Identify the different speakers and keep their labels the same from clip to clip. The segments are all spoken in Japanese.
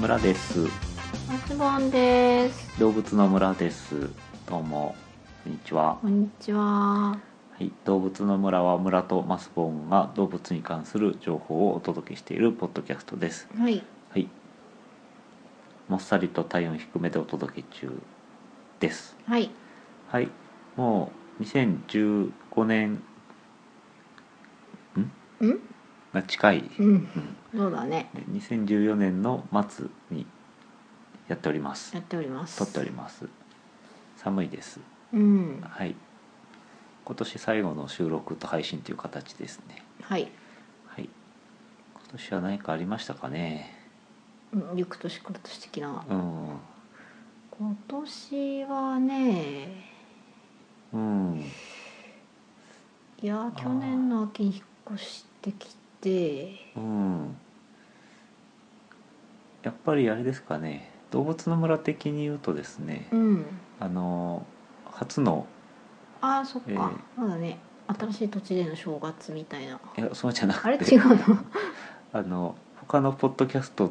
Speaker 1: 村です。
Speaker 2: マスボンです。
Speaker 1: 動物の村です。どうも、こんにちは。
Speaker 2: こんにちは。
Speaker 1: はい、動物の村は村とマスボーンが動物に関する情報をお届けしているポッドキャストです。
Speaker 2: はい。
Speaker 1: はい。もっさりと体温低めでお届け中です。
Speaker 2: はい。
Speaker 1: はい、もう2015年
Speaker 2: うん？
Speaker 1: が近い。
Speaker 2: うん。そうだね。
Speaker 1: で2014年の末にやっております
Speaker 2: や。っております。
Speaker 1: 撮っております。寒いです。
Speaker 2: うん。
Speaker 1: はい。今年最後の収録と配信という形ですね。
Speaker 2: はい。
Speaker 1: はい。今年は何かありましたかね。
Speaker 2: うんゆく年くる年的な。
Speaker 1: うん。
Speaker 2: 今年はね、
Speaker 1: うん。
Speaker 2: いや
Speaker 1: ー
Speaker 2: 去年の秋に引っ越してきて、
Speaker 1: うん。やっぱりあれですかね。動物の村的に言うとですね。
Speaker 2: うん。
Speaker 1: あの初の
Speaker 2: ああそっか、
Speaker 1: えー
Speaker 2: まだね。新しい土地での正月みたいな。
Speaker 1: いやそうじゃな
Speaker 2: あれ
Speaker 1: く
Speaker 2: 違
Speaker 1: て
Speaker 2: うの？
Speaker 1: あの他のポッドキャスト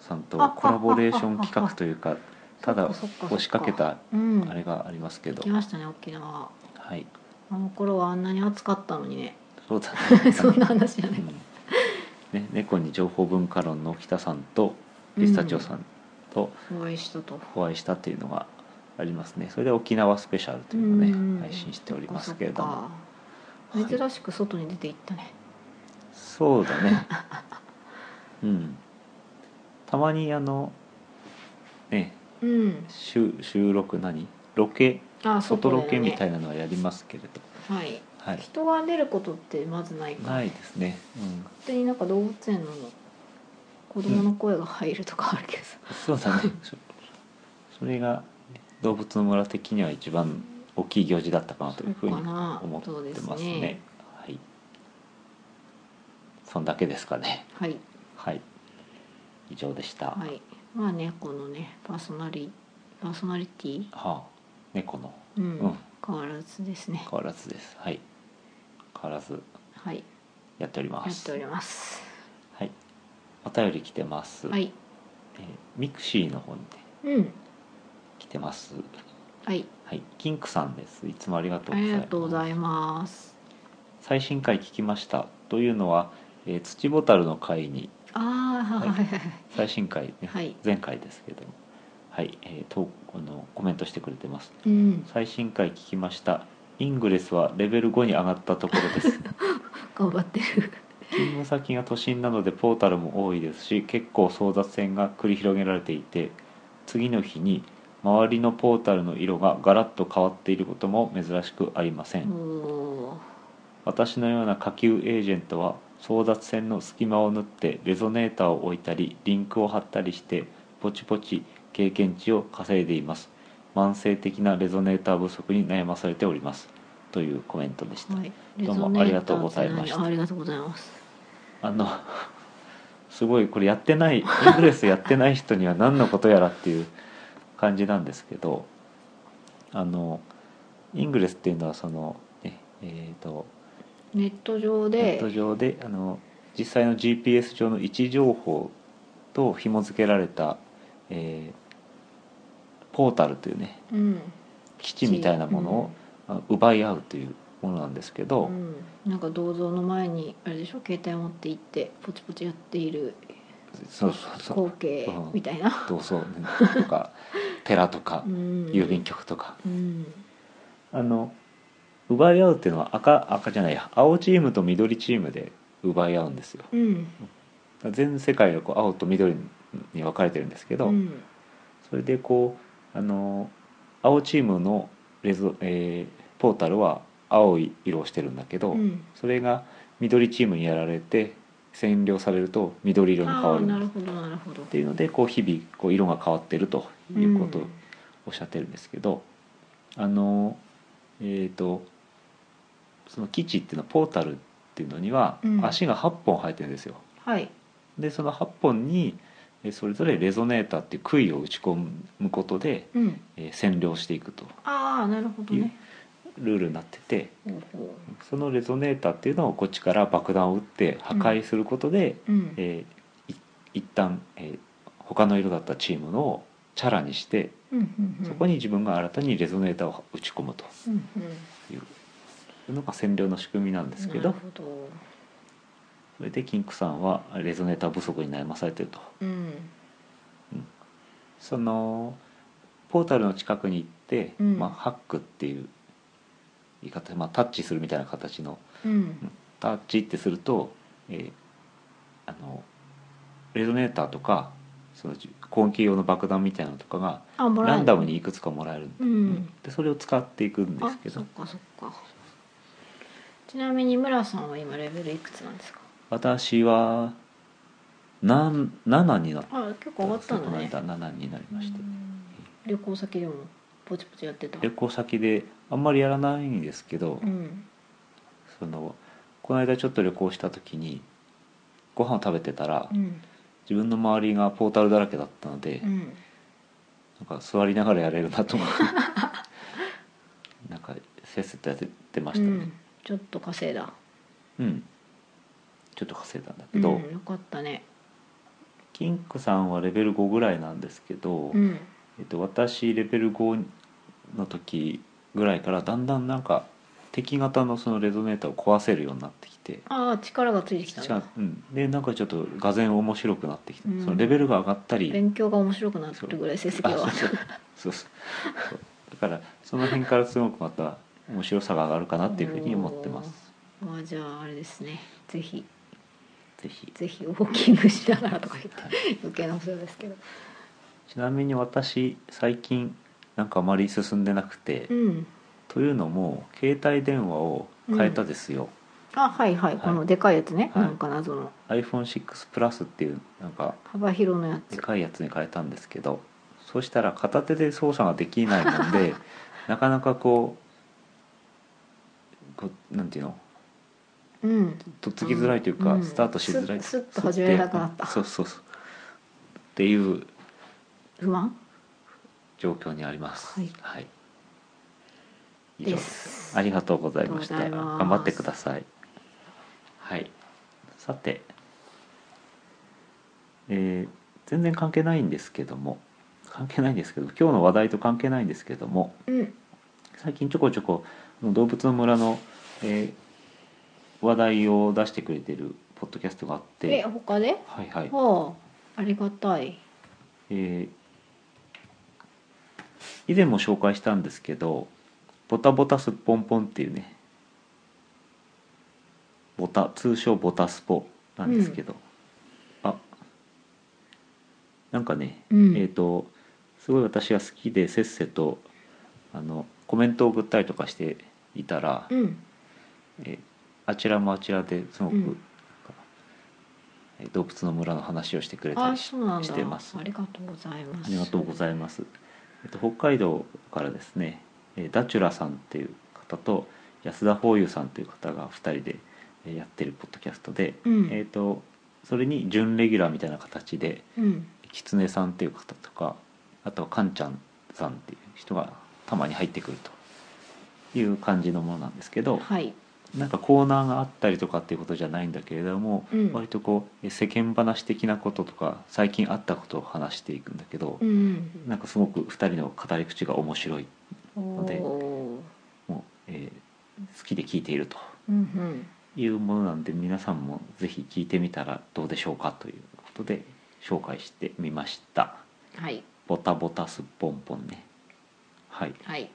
Speaker 1: さんと
Speaker 2: あ
Speaker 1: コラボレーション企画というかただ
Speaker 2: そっかそっかそっか
Speaker 1: 押しかけた
Speaker 2: うん。
Speaker 1: あれがありますけ
Speaker 2: 行
Speaker 1: ど
Speaker 2: き、ましたね沖縄。
Speaker 1: はい、
Speaker 2: あの頃はあんなに暑かったのにね。
Speaker 1: そうだね
Speaker 2: そんな話じゃない。
Speaker 1: うんね、猫に情報文化論の北さんとピスタチオさんと
Speaker 2: お会いしたと。
Speaker 1: お会いしたっていうのがありますね、それで沖縄スペシャルというのをね、
Speaker 2: うん
Speaker 1: 配信しておりますけれども、
Speaker 2: そ
Speaker 1: はい
Speaker 2: っか珍しく外に出て行ったね、
Speaker 1: そうだ ねうんたまにあのね
Speaker 2: うん
Speaker 1: 収収録何ロケ
Speaker 2: あ
Speaker 1: 外ロケみた
Speaker 2: い
Speaker 1: いなのはやりますけれど、
Speaker 2: はい
Speaker 1: はい
Speaker 2: 人が出ることってまずないから
Speaker 1: ないですね、うん、
Speaker 2: 勝手になんか動物園の子供の声が入るとかあるけどさ、
Speaker 1: そうだねそ それが動物の村的には一番大きい行事だったかなというふうに
Speaker 2: そうかな
Speaker 1: 思ってますね
Speaker 2: そうですね
Speaker 1: はいそんだけですかね
Speaker 2: はい
Speaker 1: はい以上でした、
Speaker 2: はいまあねこのねパーソナリパーソナリティ
Speaker 1: はあ猫の
Speaker 2: うん、
Speaker 1: うん
Speaker 2: 変わらずですね
Speaker 1: 変わらずですはい変わらず
Speaker 2: はい
Speaker 1: やっておりま
Speaker 2: やっ
Speaker 1: す
Speaker 2: ております
Speaker 1: はいお便り来てます、
Speaker 2: はい
Speaker 1: えーミクシーの方にね
Speaker 2: うん
Speaker 1: 来てます
Speaker 2: はい
Speaker 1: はいキンクさんですいつもありがとうご
Speaker 2: あ
Speaker 1: ざい
Speaker 2: り
Speaker 1: ます
Speaker 2: がとうございます
Speaker 1: 最新回聞きましたというのは、えー、土ボタルの回に
Speaker 2: ああはいはいはい
Speaker 1: 最新回、ね
Speaker 2: はい
Speaker 1: 前回ですけどもはい、えー、とこのコメントしてくれてます
Speaker 2: うん
Speaker 1: 最新回聞きましたイングレスはレベル5に上がったとこ ろです
Speaker 2: 頑張ってる
Speaker 1: 勤務先が都心なのでポータルも多いですし結構争奪戦が繰り広げられていて次の日に周りのポータルの色がガラッと変わっていることも珍しくありません
Speaker 2: おお
Speaker 1: 私のような下級エージェントは争奪戦の隙間を縫ってレゾネーターを置いたりリンクを貼ったりしてポチポチ経験値を稼いでいます慢性的なレゾネーター不足に悩まされておりますというコメントでした、
Speaker 2: はい、
Speaker 1: どうもありがとうございました
Speaker 2: レゾネーターって何ありがとうございます。
Speaker 1: あのすごいこれやってないイングレスやってない人には何のことやらっていう感じなんですけどあのイングレスっていうのはそのねえっ、と
Speaker 2: ネット上
Speaker 1: ネッ
Speaker 2: で
Speaker 1: ト、上であの実際の GPS 上の位置情報と紐付けられた、えーポータルというね
Speaker 2: うん、
Speaker 1: 基地みたいなものをあの奪い合うというものなんですけ
Speaker 2: う
Speaker 1: ど、
Speaker 2: ん、なんか銅像の前にあれでしょ、携帯持って行ってポチポチやっている
Speaker 1: そうそうそう
Speaker 2: 光景
Speaker 1: うん
Speaker 2: みたいな。
Speaker 1: 同窓ねと か寺とか
Speaker 2: うん、
Speaker 1: 郵便局とか、
Speaker 2: うん、
Speaker 1: あの奪い合うっていうのは赤赤じゃないや青チームと緑チームで奪い合うんですよ
Speaker 2: うん、
Speaker 1: 全世界がこう青と緑に分かれてるんですけど、
Speaker 2: うん、
Speaker 1: それでこうあの青チームのレゾ、えーポータルは青い色をしてるんだけど、
Speaker 2: うん、
Speaker 1: それが緑チームにやられて占領されると緑色に変
Speaker 2: あ
Speaker 1: わ
Speaker 2: あ、
Speaker 1: る
Speaker 2: な
Speaker 1: っ
Speaker 2: るほど、なるほど。
Speaker 1: ていうのでこう日々こう色が変わってるということをおっしゃってるんですけど、あのえっ、とその基地っていうのはポータルっていうのには
Speaker 2: うん
Speaker 1: 足が8本生えてるんですよ。
Speaker 2: はい、
Speaker 1: でその8本にえーそれぞれレゾネーターっていう杭を打ち込むことで、
Speaker 2: うん、
Speaker 1: えー占領していくと
Speaker 2: ああ、なるほどね。
Speaker 1: ルールになってて
Speaker 2: ほうほ
Speaker 1: そのレゾネーターっていうのをこっちから爆弾を撃って破壊することで、
Speaker 2: ううん、
Speaker 1: えーい一旦、えー他の色だったチームのをチャラにして
Speaker 2: うんうんうん
Speaker 1: そこに自分が新たにレゾネーターを打ち込むと
Speaker 2: うんうん
Speaker 1: いうのが占領の仕組みなんですけ
Speaker 2: な
Speaker 1: ど
Speaker 2: るほど
Speaker 1: それでキンクさんはレゾネーター不足に悩まされてると
Speaker 2: うん
Speaker 1: そのポータルの近くに行って、
Speaker 2: うん
Speaker 1: まあ、ハックっていう言い方で、まあ、タッチするみたいな形の
Speaker 2: うん
Speaker 1: タッチってすると、えーあのレゾネーターとかその攻撃用の爆弾みたいなのとかが
Speaker 2: あもらえ
Speaker 1: ラ
Speaker 2: る
Speaker 1: ンダムにいくつかもらえるんで,、
Speaker 2: うん
Speaker 1: でそれを使っていくんで
Speaker 2: あ
Speaker 1: すけ
Speaker 2: そっ
Speaker 1: ど
Speaker 2: かそっかちなみに村さんは今レベルいくつなんですか
Speaker 1: 私はなん7になった
Speaker 2: あ結構上がったんだね
Speaker 1: この間7になりまして
Speaker 2: うん旅行先でもポチポチやってた
Speaker 1: 旅行先であんまりやらないんですけど、
Speaker 2: うん
Speaker 1: そのこの間ちょっと旅行した時にご飯を食べてたら、
Speaker 2: うん
Speaker 1: 自分の周りがポータルだらけだったので、
Speaker 2: うん
Speaker 1: なんか座りながらやれるなと思ってなんかせっせとやってま
Speaker 2: う
Speaker 1: したね
Speaker 2: んちょっと稼いだ
Speaker 1: うん、ちょっと稼いだんだ
Speaker 2: う
Speaker 1: け
Speaker 2: ん
Speaker 1: ど、
Speaker 2: よかったね
Speaker 1: キンクさんはレベル5ぐらいなんですけど、
Speaker 2: うん
Speaker 1: えっと、私レベル5の時ぐらいからだんだんなんか敵型のそのレゾネーターを壊せるようになってきて
Speaker 2: ああ力がついてきたん
Speaker 1: 違う
Speaker 2: だ
Speaker 1: うん、でなんかちょっとがぜん面白くなってきて、
Speaker 2: うん
Speaker 1: そのレベルが上がったり
Speaker 2: 勉強が面白くなってるぐらい成績
Speaker 1: あ
Speaker 2: が上
Speaker 1: そう
Speaker 2: がっ
Speaker 1: そうそうそうそうだからその辺からすごくまた面白さが上がるかなっていうふうに思ってます
Speaker 2: たまあじゃああれですねぜひ
Speaker 1: ぜひ、
Speaker 2: ぜひウォーキングしながらとか言って
Speaker 1: はい
Speaker 2: 余計なお世話ですけど
Speaker 1: ちなみに私最近なんかあまり進んでなくて、
Speaker 2: うん
Speaker 1: というのも携帯電話を変えたですよ、
Speaker 2: あはいはい、
Speaker 1: はい
Speaker 2: このでかいやつね、
Speaker 1: はい
Speaker 2: なんか謎の
Speaker 1: iPhone6 プラスっていうなんか
Speaker 2: 幅広のや
Speaker 1: で
Speaker 2: つ
Speaker 1: かいやつに変えたんですけどそうしたら片手で操作ができないもんでなかなかこうこうなんていうの
Speaker 2: うん
Speaker 1: とっつきづらいというか、
Speaker 2: うん
Speaker 1: スタートしづらい
Speaker 2: スッスッと始めなくなった
Speaker 1: そうそうそうっていう
Speaker 2: 不満
Speaker 1: 状況にあります
Speaker 2: はい
Speaker 1: 以上
Speaker 2: で
Speaker 1: です
Speaker 2: す
Speaker 1: ありがとうございました
Speaker 2: ありがとうございま
Speaker 1: 頑張
Speaker 2: す
Speaker 1: ってくださいはいさてえー全然関係ないんですけども関係ないんですけど今日の話題と関係ないんですけども
Speaker 2: うん
Speaker 1: 最近ちょこちょこあの動物の村の、えー話題を出してくれてるポッドキャストがあって
Speaker 2: え他で
Speaker 1: はいはい。
Speaker 2: はあありがたい
Speaker 1: えー以前も紹介したんですけど、ボタボタすっぽんぽんっていうね、ボタ、通称ボタスポなんですけど、あ、なんかね、
Speaker 2: うん
Speaker 1: えっ、と、すごい私が好きでせっせと、あの、コメントを送ったりとかしていたら、
Speaker 2: うん
Speaker 1: えーあちらもあちらですごく、
Speaker 2: うん
Speaker 1: なんかえー動物の村の話をしてくれた
Speaker 2: あ
Speaker 1: りし
Speaker 2: そうなんだ
Speaker 1: してます
Speaker 2: ありがとうございます
Speaker 1: ありがとうございます。えっと、北海道からですね、えーダチュラさんっていう方と安田法友さんという方が2人でえーやってるポッドキャストで、
Speaker 2: うん
Speaker 1: えー、とそれに準レギュラーみたいな形で
Speaker 2: うん
Speaker 1: キツネさんっていう方とかあとはカンちゃんさんっていう人がたまに入ってくるという感じのものなんですけど、
Speaker 2: はい
Speaker 1: なんかコーナーがあったりとかっていうことじゃないんだけれども、
Speaker 2: うん
Speaker 1: 割とこうえ世間話的なこととか最近あったことを話していくんだけど、
Speaker 2: うん
Speaker 1: なんかすごく2人の語り口が面白い
Speaker 2: お
Speaker 1: で
Speaker 2: ー
Speaker 1: もう、えー好きで聞いていると
Speaker 2: うんうん
Speaker 1: いうものなんで皆さんもぜひ聞いてみたらどうでしょうかということで紹介してみました
Speaker 2: はい
Speaker 1: 「ボタボタすっぽんぽんね」はい
Speaker 2: はい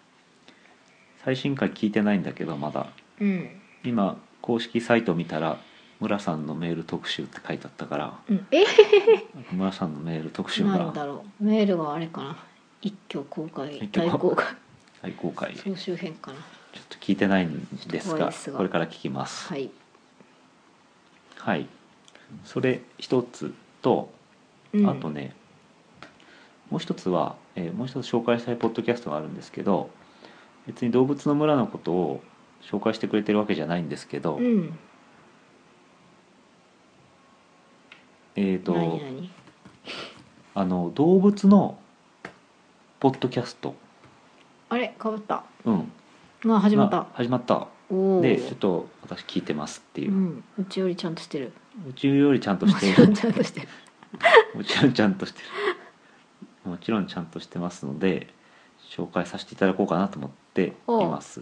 Speaker 1: 最新回聞いてないんだけどまだ
Speaker 2: うん
Speaker 1: 今公式サイト見たら「村さんのメール特集」って書いてあったから
Speaker 2: うんえ
Speaker 1: 村さんのメール特集
Speaker 2: なんだ
Speaker 1: が
Speaker 2: ろうメールはあれかな一挙公開
Speaker 1: 一挙
Speaker 2: 大
Speaker 1: 公
Speaker 2: 公開
Speaker 1: 最高回ちょっ
Speaker 2: 総集編かな
Speaker 1: と聞いてないんです
Speaker 2: ちょっと怖い
Speaker 1: が
Speaker 2: ですが
Speaker 1: これから聞きます
Speaker 2: はい
Speaker 1: はいそれ一つと
Speaker 2: うん
Speaker 1: あとね、もう一つは、えーもう一つ紹介したいポッドキャストがあるんですけど別に動物の村のことを紹介してくれてるわけじゃないんですけど、
Speaker 2: うん
Speaker 1: えっ、と
Speaker 2: 何何
Speaker 1: あの動物のポッドキャスト、
Speaker 2: あれかぶった
Speaker 1: うん、
Speaker 2: あ始まっ
Speaker 1: が
Speaker 2: た
Speaker 1: 始まった
Speaker 2: おお
Speaker 1: でちょっと私聞いてますっていうう、
Speaker 2: ん、うちよりちゃんとしてる
Speaker 1: うちよりちゃんとして
Speaker 2: ちゃ
Speaker 1: る
Speaker 2: んとしてる
Speaker 1: うちよりちゃんとしてるもちろんちゃんとしてますので紹介させていただこうかなと思っています。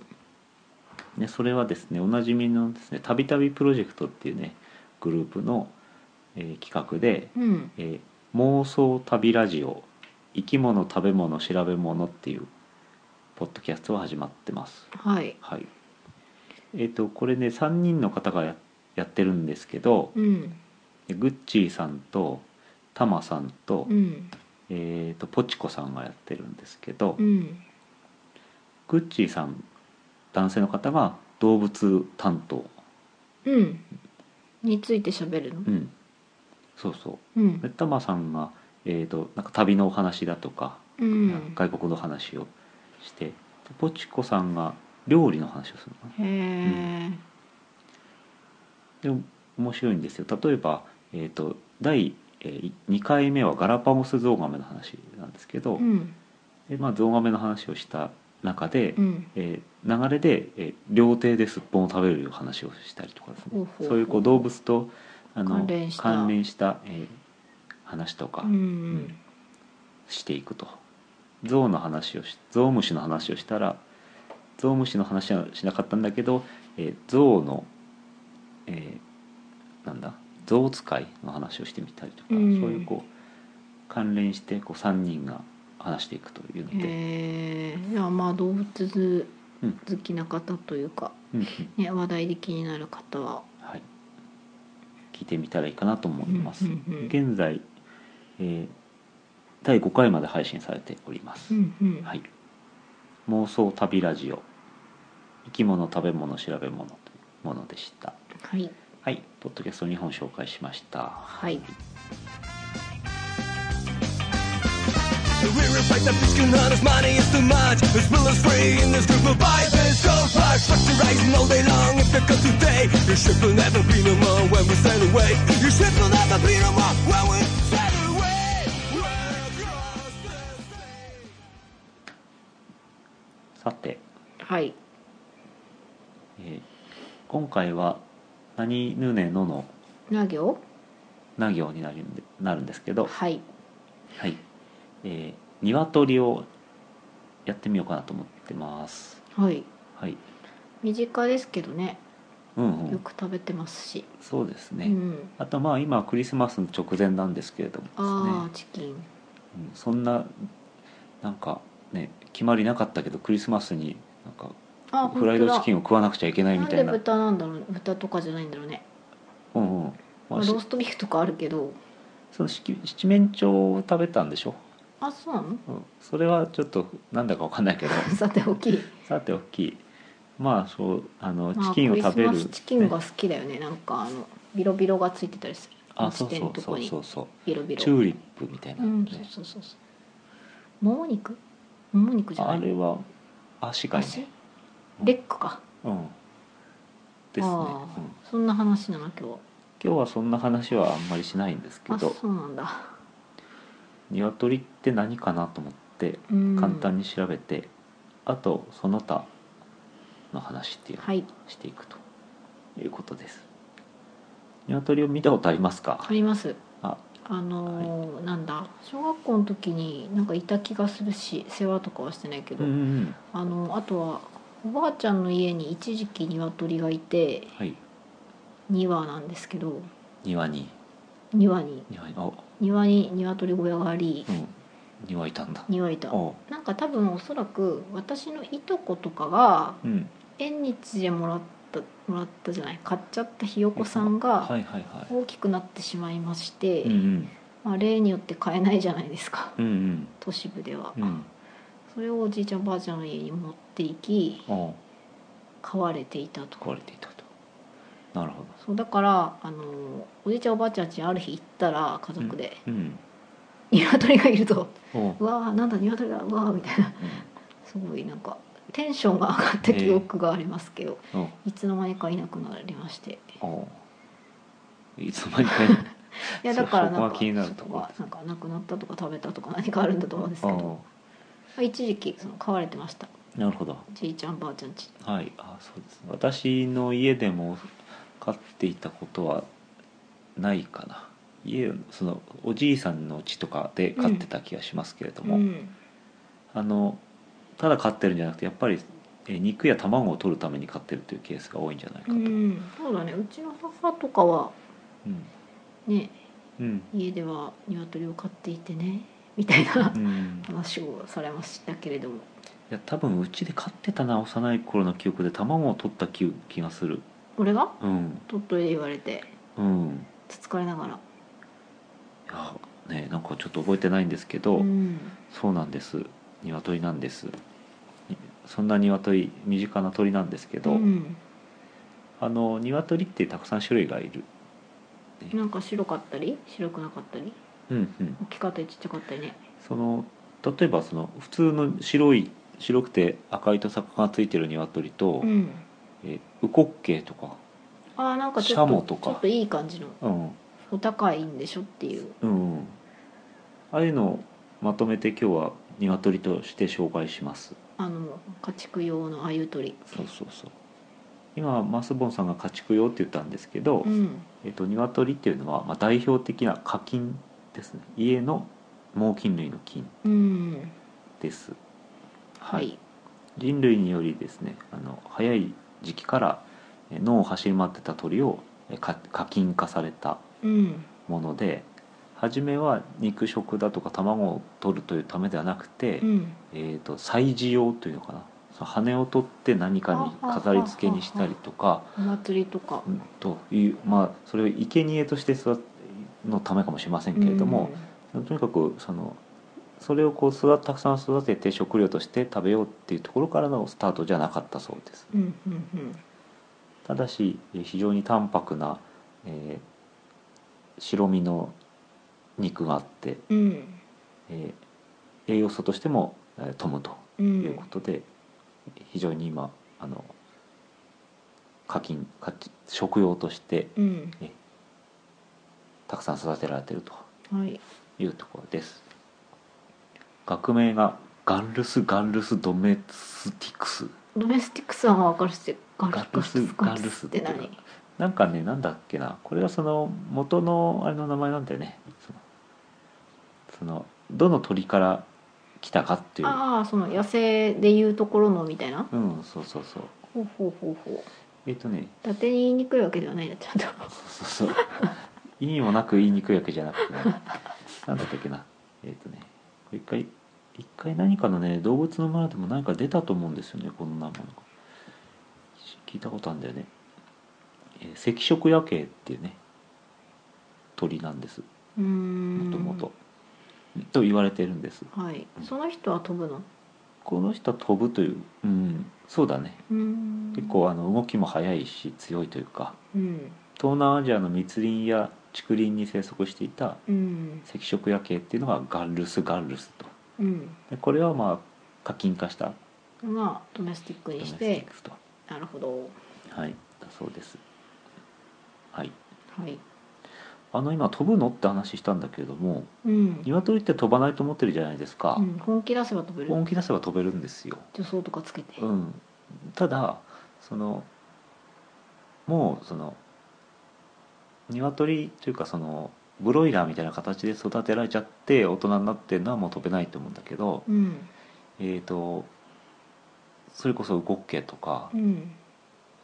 Speaker 1: でそれはですねおなじみのですね「たびたびプロジェクト」っていうねグループの、えー企画で、
Speaker 2: うん
Speaker 1: えー妄想旅ラジオ生き物食べ物調べ物」っていうポッドキャストが始まってます。
Speaker 2: はい
Speaker 1: はいえー、とこれね3人の方がややってるんですけど、
Speaker 2: うん
Speaker 1: グッチーさんとタマさんと,、
Speaker 2: うん
Speaker 1: えー、とポチコさんがやってるんですけど、
Speaker 2: うん
Speaker 1: グッチーさん男性の方が動物担当、
Speaker 2: うんについて喋るの
Speaker 1: うん、そうそううで
Speaker 2: ん
Speaker 1: タマさんが、えー、となんか旅のお話だとか、
Speaker 2: うん
Speaker 1: 外国の話をしてポチコさんが料理の話をするのかな
Speaker 2: へえ
Speaker 1: でも面白いんですよ例えば、えー、と第えー2回目はガラパゴスゾウガメの話なんですけど、
Speaker 2: うん
Speaker 1: でまあ、ゾウガメの話をした中で、
Speaker 2: うん
Speaker 1: えー流れで、えー料亭ですっぽんを食べる話をしたりとかですね
Speaker 2: ほうほうほう
Speaker 1: そういうこう動物とあの
Speaker 2: 関連した
Speaker 1: 関連したえー話とか
Speaker 2: うん
Speaker 1: していくと、ゾウの話をしゾウムシの話をしたらゾウムシの話はしなかったんだけど、えーゾウの、えーなんだゾウ使いの話をしてみたりとか、
Speaker 2: うん
Speaker 1: そういうこう関連してこう3人が話していくというので、
Speaker 2: へえいやまあ動物
Speaker 1: うん
Speaker 2: 好きな方というか
Speaker 1: うんうん
Speaker 2: ね話題で気になる方は
Speaker 1: はい、聞いてみたらいいかなと思います、
Speaker 2: うんうんうん
Speaker 1: 現在、えー第5回まで配信されております、
Speaker 2: うんうん
Speaker 1: はい、妄想旅ラジオ生き物食べ物調べ物というものでした
Speaker 2: はい
Speaker 1: はいポッドキャスト2本紹介しました
Speaker 2: はい。
Speaker 3: We reflect that this can not as money is too much This will is free in this group of vipers So far, structurizing all day long If it comes today Your ship will never be no more when we sail away Your ship will never be no more when we sail away We're across the sea
Speaker 1: さて、
Speaker 2: はい。
Speaker 1: えー今回は「何ぬねの」の
Speaker 2: な行。
Speaker 1: な行になるんでなるんですけど
Speaker 2: はい。
Speaker 1: はいえー鶏をやってみようかなと思ってます
Speaker 2: はい。
Speaker 1: はい
Speaker 2: 身近ですけどね。
Speaker 1: うんう
Speaker 2: よ
Speaker 1: ん
Speaker 2: く食べてますし。
Speaker 1: そうです
Speaker 2: う
Speaker 1: ね、
Speaker 2: ん。
Speaker 1: あとまあ今クリスマスの直前なんですけれどもですね
Speaker 2: ああ、チキン。
Speaker 1: うんそんななんかね決まりなかったけどクリスマスになんか
Speaker 2: あ、
Speaker 1: フライドチキン
Speaker 2: を。
Speaker 1: を食わなくちゃいけないみ
Speaker 2: なん
Speaker 1: たい
Speaker 2: で
Speaker 1: な
Speaker 2: 豚なんだろう。豚とかじゃないんだろうね。
Speaker 1: うんうんま
Speaker 2: ま
Speaker 1: あ
Speaker 2: あ、
Speaker 1: し
Speaker 2: ローストビーフとかあるけど。
Speaker 1: その七七面鳥を食べたんでしょ、
Speaker 2: あ、そうなの。
Speaker 1: うん、それはちょっとなんだかわかんないけど
Speaker 2: さておき。
Speaker 1: さておきまあそうあの
Speaker 2: まあ
Speaker 1: チキンを食べる、
Speaker 2: クリスマスチキンが
Speaker 1: ね
Speaker 2: 好きだよね。なんか、あの。ビロビロがついてたりする。
Speaker 1: あそう
Speaker 2: 持ち手
Speaker 1: そ
Speaker 2: の
Speaker 1: う
Speaker 2: と
Speaker 1: そ
Speaker 2: こ
Speaker 1: う
Speaker 2: に
Speaker 1: そうそう
Speaker 2: ビロビ
Speaker 1: チュ
Speaker 2: ロ。
Speaker 1: ーリップみたいな、
Speaker 2: う
Speaker 1: ね
Speaker 2: ん、そうそうそうそう。もも肉。もも肉じゃな
Speaker 1: あ
Speaker 2: い。
Speaker 1: れは足がいい
Speaker 2: 足
Speaker 1: ね、。
Speaker 2: レックか。
Speaker 1: うん、ですね、
Speaker 2: ああ
Speaker 1: うん
Speaker 2: そんな話なの今日。
Speaker 1: 今日はそんな話はあんまりしないんですけ
Speaker 2: あ
Speaker 1: ど
Speaker 2: そうなんだ
Speaker 1: 鶏って何かなと思って簡単
Speaker 2: に
Speaker 1: に調べて、あとその他の話っていうのを
Speaker 2: はい
Speaker 1: していくということです、鶏を見たことありますか、
Speaker 2: あります
Speaker 1: あ
Speaker 2: あのーなんだ小学校の時になんかいた気がするし世話とかはしてないけ
Speaker 1: う
Speaker 2: ど、
Speaker 1: んうんうん
Speaker 2: あのあとはおばあちゃんの家に一時期鶏がいて
Speaker 1: はい
Speaker 2: 2羽なんですけど
Speaker 1: 庭に
Speaker 2: 2羽に
Speaker 1: 庭にあ
Speaker 2: 庭に鶏小屋があり
Speaker 1: うん庭いたんだ
Speaker 2: 2羽いた
Speaker 1: おう
Speaker 2: なんか多分おそらく私のいとことかが
Speaker 1: うん
Speaker 2: 縁日でもらったもらったじゃない買っちゃったひよこさんが
Speaker 1: はいはいは
Speaker 2: 大きくなってしまいまして、
Speaker 1: いうん
Speaker 2: まあ、例によって買えないじゃないですか
Speaker 1: うんうん
Speaker 2: 都市部では、
Speaker 1: うんうん
Speaker 2: それをおじいちゃんばあちゃんの家に持っていき
Speaker 1: おう
Speaker 2: 飼われていたと
Speaker 1: 壊れていたとなるほど
Speaker 2: そうだからあのおじいちゃんおばあちゃん家にある日行ったら家族で
Speaker 1: うん
Speaker 2: 「鶏がいると
Speaker 1: おう
Speaker 2: うわーなんだ鶏だうわー」みたいなすごいなんかテンションが上がった記憶がありますけど、
Speaker 1: うんおう
Speaker 2: いつの間にかいなくなりまして
Speaker 1: おういつの間にかいない
Speaker 2: いやだから
Speaker 1: そそ
Speaker 2: なん
Speaker 1: こ
Speaker 2: か
Speaker 1: は気になる
Speaker 2: そ
Speaker 1: と
Speaker 2: こ
Speaker 1: こ
Speaker 2: はなんかなくなったとか食べたとか何かあるんだと思うんですけど、まあ、一時期その飼われてました
Speaker 1: あなるほど
Speaker 2: おじいちゃんばあちゃん家
Speaker 1: はいあそうですね私の家でも飼っていたことはないかな家そのおじいさんの家とかで飼ってた気がしますけれども、
Speaker 2: うん
Speaker 1: あのただ飼ってるんじゃなくてやっぱりえ肉や卵を取るために飼ってるというケースが多いんじゃないか
Speaker 2: う
Speaker 1: と、
Speaker 2: ん、そうだねうちの母とかは
Speaker 1: うん
Speaker 2: ね
Speaker 1: うん
Speaker 2: 家では鶏を飼っていてねみたいな
Speaker 1: うん、
Speaker 2: 話をされましたけれども
Speaker 1: いや多分うちで飼ってたな幼い頃の記憶で卵を取った気気がする
Speaker 2: 俺が
Speaker 1: うん
Speaker 2: 鳥取で言われて
Speaker 1: うん
Speaker 2: つつかれながら
Speaker 1: いやねなんかちょっと覚えてないんですけど、
Speaker 2: うん
Speaker 1: そうなんです鶏なんですにそんな鶏身近な鳥なんですけど、
Speaker 2: うん
Speaker 1: あの鶏ってたくさん種類がいる
Speaker 2: なんか白かったり白くなかったり
Speaker 1: うんうん
Speaker 2: 大きかったりちっちゃかったりね
Speaker 1: その例えばその普通の白い白くて赤いとさかがついてる鶏と、
Speaker 2: うん
Speaker 1: えウコッケイとか
Speaker 2: あーなんかち
Speaker 1: シャ
Speaker 2: ょっ
Speaker 1: モ
Speaker 2: と
Speaker 1: とか
Speaker 2: ちょっといい感じの
Speaker 1: うん
Speaker 2: お高いんでしょっていう
Speaker 1: うんああいうのをまとめて今日は鶏として紹介します
Speaker 2: あの家畜用のあゆとり
Speaker 1: そうそうそう今マスボンさんが家畜用って言ったんですけど、
Speaker 2: うん
Speaker 1: えっと、鶏っていうのは、まあ、代表的な家菌ですね家の猛禽類の菌
Speaker 2: うん
Speaker 1: です、
Speaker 2: は、い
Speaker 1: 人類によりですねあの早い時期からえ脳を走り回ってた鳥をえか家菌化された
Speaker 2: うん
Speaker 1: もので初めは肉食だとか卵を取るというためではなくて、
Speaker 2: うん
Speaker 1: えー、と祭事用というのかなその羽を取って何かに飾り付けにしたりとか
Speaker 2: お祭りとか
Speaker 1: うんというまあそれを生贄として育てのためかもしれませんけれども、とにかくそのそれをこう育たくさん育てて食料として食べようっていうところからのスタートじゃなかったそうです
Speaker 2: うんうんうん
Speaker 1: ただしえー非常に淡白な、えー白身の肉があって、
Speaker 2: うん
Speaker 1: えー栄養素としてもえー富むと
Speaker 2: うん
Speaker 1: いうことで、非常に今あの課金課金食用として
Speaker 2: うん
Speaker 1: たくさん育てられてると
Speaker 2: はい
Speaker 1: いうところです学名がガンルス・ガンルス・ドメスティクス
Speaker 2: ドメスティックスは分かるしガ
Speaker 1: ガルス
Speaker 2: ガルスって
Speaker 1: ガルスっ
Speaker 2: 何
Speaker 1: てなんかねなんだっけなこれはその元のあれの名前なんだよねそのそのどの鳥から来たかっていう
Speaker 2: ああその野生でいうところのみたいな
Speaker 1: うんそうそうそう
Speaker 2: ほうほうほうほう
Speaker 1: えっ、とね
Speaker 2: 伊達に言いにくいわけではないなちゃ んと
Speaker 1: そうそうそう意味もなく言いにくいわけじゃなくてね、なんだったっけなえっ、とねこれ一回一回何かのね動物の村でも何か出たと思うんですよねこの名前が聞いたことあるんだよね、えー赤色夜景っていうね鳥なんです
Speaker 2: うーん
Speaker 1: もともとと言われてるんです
Speaker 2: はいその人は飛ぶの
Speaker 1: この人は飛ぶといううんそうだね
Speaker 2: うーん
Speaker 1: 結構あの動きも速いし強いというか
Speaker 2: うん
Speaker 1: 東南アジアの密林や竹林に生息していた
Speaker 2: うん
Speaker 1: 赤色夜景っていうのがガンルスガンルスと
Speaker 2: うん
Speaker 1: でこれはまあ課金化した
Speaker 2: がドメスティック
Speaker 1: ドメ
Speaker 2: に
Speaker 1: ス
Speaker 2: し
Speaker 1: ティ
Speaker 2: て
Speaker 1: ックスと
Speaker 2: なるほど
Speaker 1: はいだそうですはい
Speaker 2: はい
Speaker 1: あの今飛ぶのって話したんだけれども
Speaker 2: うん、
Speaker 1: 鶏って飛ばないと思ってるじゃないですか、
Speaker 2: うん、本気出せば飛べる
Speaker 1: 本気出せば飛べるんですよ、
Speaker 2: 助走とかつけて
Speaker 1: うん、ただそのもうその鶏というかそのブロイラーみたいな形で育てられちゃって大人になってるのはもう飛べないと思うんだけど、
Speaker 2: うん
Speaker 1: えー、とそれこそウコッケとか、
Speaker 2: うん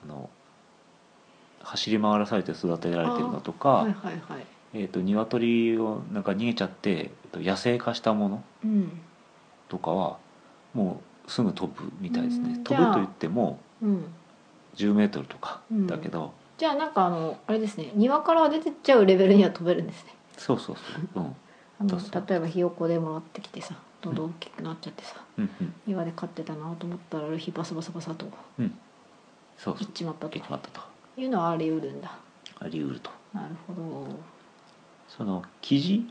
Speaker 1: あの走り回らされて育てられてるのとか、
Speaker 2: はいはいはい
Speaker 1: えー、と鶏をなんか逃げちゃってえーと野生化したもの
Speaker 2: うん
Speaker 1: とかはもうすぐ飛ぶみたいです
Speaker 2: う
Speaker 1: ね
Speaker 2: ん
Speaker 1: 飛
Speaker 2: じゃ
Speaker 1: ぶ
Speaker 2: あ
Speaker 1: といっても
Speaker 2: うん
Speaker 1: 10メートルとか
Speaker 2: うん
Speaker 1: だけど、
Speaker 2: じゃあなんかあのあれですね庭から出てっちゃうレベルには飛べるんですね
Speaker 1: そうそうそううん
Speaker 2: あの
Speaker 1: そうそう
Speaker 2: 例えばひよこでもらってきてさどんどん大きくなっちゃってさ
Speaker 1: うんうん
Speaker 2: 庭で飼ってたなと思ったらある日バサバサバサと
Speaker 1: うんそうそ
Speaker 2: 行
Speaker 1: う
Speaker 2: っちまったと
Speaker 1: 決まったと
Speaker 2: いうのはあり得るんだ
Speaker 1: あり得ると
Speaker 2: なるほど
Speaker 1: そのキジ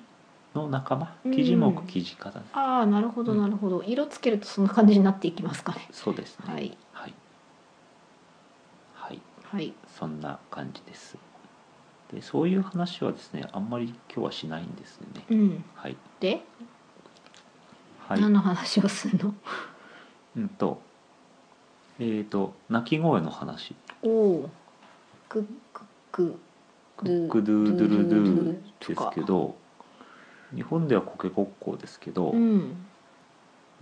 Speaker 1: の仲間
Speaker 2: うん
Speaker 1: キジ目キジかだね、
Speaker 2: ああなるほど
Speaker 1: うん
Speaker 2: なるほど、色つけるとそんな感じになっていきますかね
Speaker 1: そうですね
Speaker 2: はい
Speaker 1: はい、はい
Speaker 2: はい
Speaker 1: そんな感じですでそういう話はですねあんまり今日はしないんですよね
Speaker 2: うん
Speaker 1: はい
Speaker 2: で、
Speaker 1: はい
Speaker 2: 何の話をするの
Speaker 1: うんとえっ、と鳴き声の話
Speaker 2: おおクックック
Speaker 1: クックドゥードゥルドゥですけど日本ではコケ国交ですけど、
Speaker 2: うん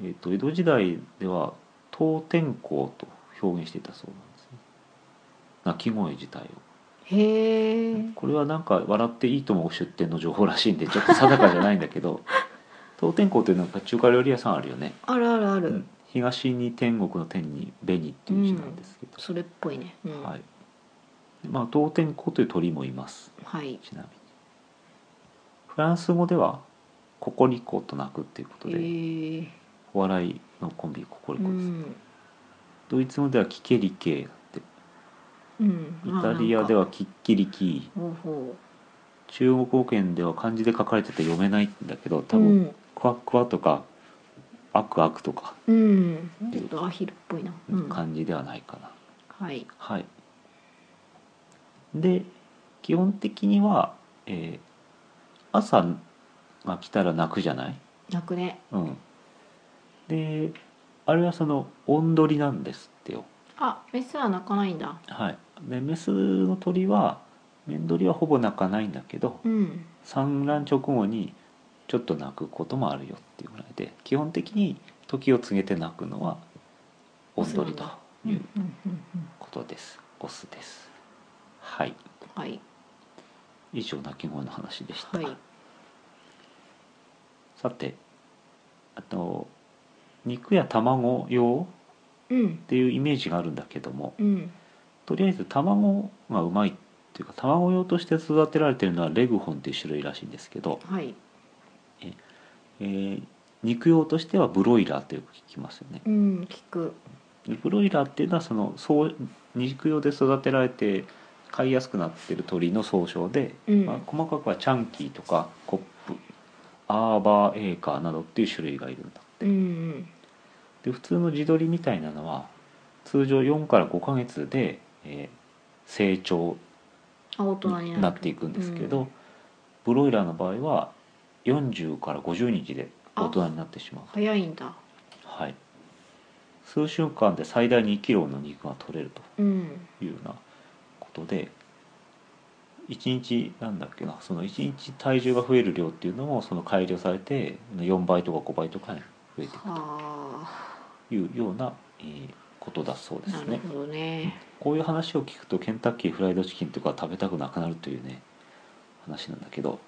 Speaker 1: えー、と江戸時代では「当天候」と表現していたそうなんですね鳴き声自体を
Speaker 2: へえ
Speaker 1: これはなんか「笑っていいとも」出店の情報らしいんでちょっと定かじゃないんだけ ど当天候ってなんか中華料理屋さんあるよね、
Speaker 2: あるあるある、
Speaker 1: うん東に天国の天に「紅」っていう字なんですけど、
Speaker 2: それっぽいね、うん、
Speaker 1: はいまあ当天候という鳥もいます
Speaker 2: はい
Speaker 1: ちなみにフランス語では「ココリコ」と鳴くっていうこと
Speaker 2: へ
Speaker 1: で、
Speaker 2: え
Speaker 1: お笑いのコンビココリ
Speaker 2: う
Speaker 1: コです、
Speaker 2: ん、
Speaker 1: ドイツ語ではキケリケだって
Speaker 2: うん、
Speaker 1: イタリアで
Speaker 2: は
Speaker 1: はキッキリキ
Speaker 2: ほうほ
Speaker 1: ー中国語圏では漢字で書かれてて読めないんだけど
Speaker 2: う
Speaker 1: 多分
Speaker 2: うん
Speaker 1: クワクワとかアクアクとか
Speaker 2: うん、ちょっとアヒルっぽいな、うん、
Speaker 1: 漢字ではないかな、
Speaker 2: はい
Speaker 1: はいで基本的には、えー朝が来たら泣くじゃない
Speaker 2: 泣くね
Speaker 1: うんであれはその音取りなんですってよ
Speaker 2: あメスは泣かないんだ
Speaker 1: はい、でメスの鳥は面取りはほぼ鳴かないんだけど
Speaker 2: うん
Speaker 1: 産卵直後にちょっと鳴くこともあるよっていうぐらいで基本的に時を告げて鳴くのはオンドリと
Speaker 2: うん
Speaker 1: い
Speaker 2: うん
Speaker 1: う
Speaker 2: うんうん
Speaker 1: ことですオスですはい
Speaker 2: はい
Speaker 1: 以上鳴き声の話でした、
Speaker 2: はい
Speaker 1: さてあと肉や卵用
Speaker 2: うん
Speaker 1: っていうイメージがあるんだけども
Speaker 2: うん
Speaker 1: とりあえず卵がうまいっていうか卵用として育てられてるのはレグホンっていう種類らしいんですけど、
Speaker 2: はい
Speaker 1: えー肉用としてはブロイラーとよく聞きますよね
Speaker 2: うん聞く
Speaker 1: でブロイラーっていうのはそのそう肉用で育てられて飼いやすくなってる鳥の総称で、
Speaker 2: うん
Speaker 1: まあ、細かくはチャンキーとかコップアーバーエーカーなどっていう種類がいるんだって、
Speaker 2: うんうん
Speaker 1: で普通の地鶏みたいなのは通常4から5ヶ月で、えー成長
Speaker 2: あ大人になる
Speaker 1: なっていくんですけど、ブロイラーの場合は40から50日で大人になってしまう
Speaker 2: 早いんだ
Speaker 1: はい数週間で最大2キロの肉が取れると
Speaker 2: うん
Speaker 1: いうようなことで1日なんだっけなその1日体重が増える量っていうのもその改良されて4倍とか5倍とかに増えていく
Speaker 2: は
Speaker 1: というような、えーことだそう
Speaker 2: あ
Speaker 1: で
Speaker 2: な
Speaker 1: す
Speaker 2: る
Speaker 1: ね
Speaker 2: ほどね
Speaker 1: こういう話を聞くとケンタッキーフライドチキンとか食べたくなくなるというね話なんだけど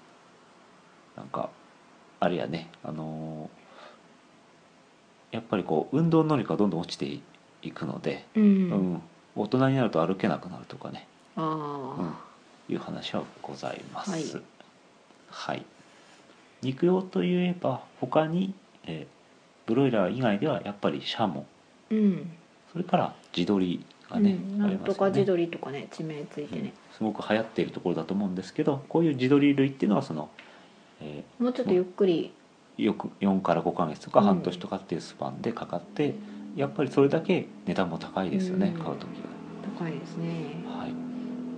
Speaker 1: なんかあれやねあのーやっぱりこう運動能力がどんどん落ちていくので、
Speaker 2: う、
Speaker 1: うんん、大人になると歩けなくなるとかね、うん
Speaker 2: あ、
Speaker 1: いう話はございます。は
Speaker 2: はいい、
Speaker 1: 肉用といえば他に、えーブロイラー以外ではやっぱりシャモ
Speaker 2: あうん
Speaker 1: それから地鶏がね、
Speaker 2: うん、
Speaker 1: あ
Speaker 2: な
Speaker 1: り
Speaker 2: ん
Speaker 1: ます
Speaker 2: と
Speaker 1: よ
Speaker 2: か地
Speaker 1: ね。
Speaker 2: 鶏とかね地名ついてね、
Speaker 1: すごく流行っているところだと思うんですけどこういう自撮り類っていうのはその、え
Speaker 2: もうちょっとゆっくり
Speaker 1: ーよく4から5ヶ月とか
Speaker 2: うん
Speaker 1: 半年とかっていうスパンでかかって、やっぱりそれだけ値段も高いですよね、
Speaker 2: うん
Speaker 1: 買う時
Speaker 2: 高いですね
Speaker 1: が。はい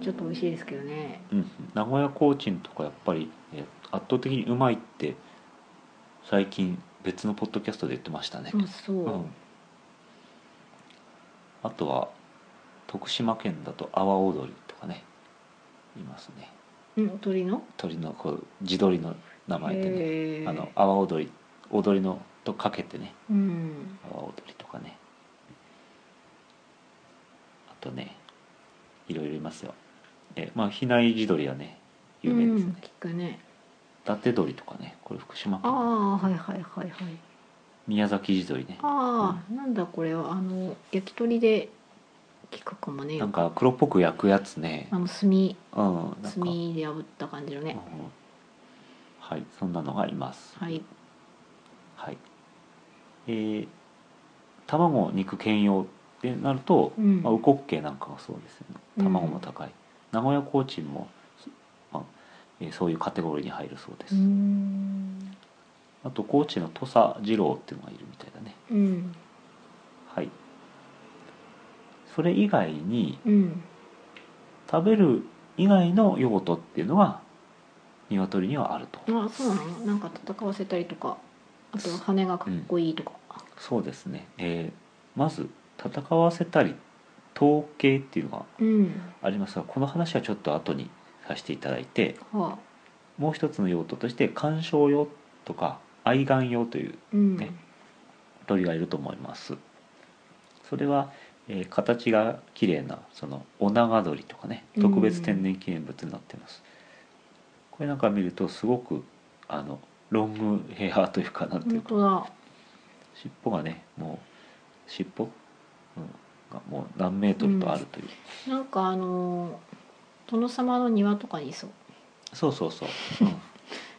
Speaker 2: ちょっと美味しいですけどね
Speaker 1: うんうん、名古屋コーチンとかやっぱり、えー圧倒的にうまいって最近別のポッドキャストで言ってましたね。
Speaker 2: あそう、
Speaker 1: うんあとは徳島県だと阿波踊りとかねいますね
Speaker 2: うん、鳥の
Speaker 1: 鳥のこう自撮りの名前でね。
Speaker 2: へー
Speaker 1: あの阿波踊り踊りのとかけてね
Speaker 2: うん
Speaker 1: 阿波踊りとかねあとねいろいろいますよえまあ比内地鶏はね有名ですね、
Speaker 2: うん、聞くね
Speaker 1: 伊達鶏とかねこれ福島
Speaker 2: あ
Speaker 1: 県
Speaker 2: あはいはいはいはい
Speaker 1: 宮崎地鶏ね
Speaker 2: ああ、なんだこれはあの焼き鳥で聞くかもね
Speaker 1: なんか黒っぽく焼くやつね
Speaker 2: あの炭
Speaker 1: う
Speaker 2: 炭
Speaker 1: んなんか、うん、
Speaker 2: で炙った感じのね、
Speaker 1: はいそんなのがあります
Speaker 2: はい
Speaker 1: はいえー卵肉兼用ってなると、
Speaker 2: うん
Speaker 1: まあ、ウコッケなんかがそうですよね
Speaker 2: うん
Speaker 1: 卵も高い、名古屋コーチンも、まあえーそういうカテゴリーに入るそうです、
Speaker 2: うーん
Speaker 1: あと高知の土佐二郎っていうのがいるみたいだね
Speaker 2: うん
Speaker 1: はいそれ以外に
Speaker 2: うん
Speaker 1: 食べる以外の用途っていうのが鶏にはあると、
Speaker 2: あそうなのなんか戦わせたりとかあと羽がかっこいいとか、
Speaker 1: そうですね、えーまず戦わせたり統計っていうのが
Speaker 2: うん
Speaker 1: ありますがこの話はちょっと後にさせていただいて
Speaker 2: はあ
Speaker 1: もう一つの用途として鑑賞用とか愛玩用という
Speaker 2: うん、
Speaker 1: ね鳥がいると思いますそれは、えー形が綺麗なそのオナガ鳥とかね
Speaker 2: うん
Speaker 1: 特別天然記念物になってます、これなんか見るとすごくあのロングヘアというかなんてい
Speaker 2: 本
Speaker 1: うか
Speaker 2: 当だ
Speaker 1: 尻尾がねもう尻尾、うん、がもう何メートルとあるという、
Speaker 2: なんかあのー殿様の庭とかにいそう
Speaker 1: そうそうそう、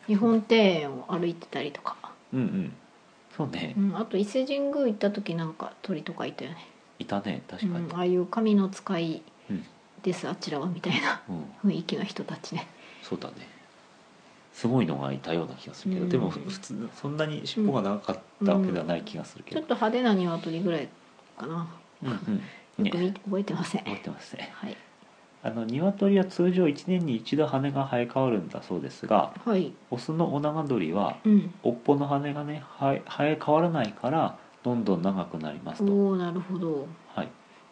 Speaker 2: 日本庭園を歩いてたりとか、
Speaker 1: うん、うんうんそうね
Speaker 2: うん、あと伊勢神宮行った時なんか鳥とかいたよね、
Speaker 1: いたね確かに、
Speaker 2: うん、ああいう神の使い
Speaker 1: うん
Speaker 2: です、あちらはみた いな
Speaker 1: うん、
Speaker 2: 雰囲気の人たちね
Speaker 1: そうだねすごいのがいたような気がするけど、
Speaker 2: うん
Speaker 1: でもふ普通そんなに尻尾が長かったわけではない気がするけ
Speaker 2: ちょ
Speaker 1: ど、
Speaker 2: っと派手な鶏ぐらいかな
Speaker 1: うんうん
Speaker 2: よく見、
Speaker 1: ね
Speaker 2: 覚えてません
Speaker 1: 思ってますね
Speaker 2: はい
Speaker 1: あの鶏は通常1年に一度羽が生え変わるんだそうですが
Speaker 2: はい
Speaker 1: オスのオナガドリは
Speaker 2: うん
Speaker 1: 尾っぽの羽がね生え生え変わらないからどんどん長くなりますと、
Speaker 2: おおなるほど
Speaker 1: はい、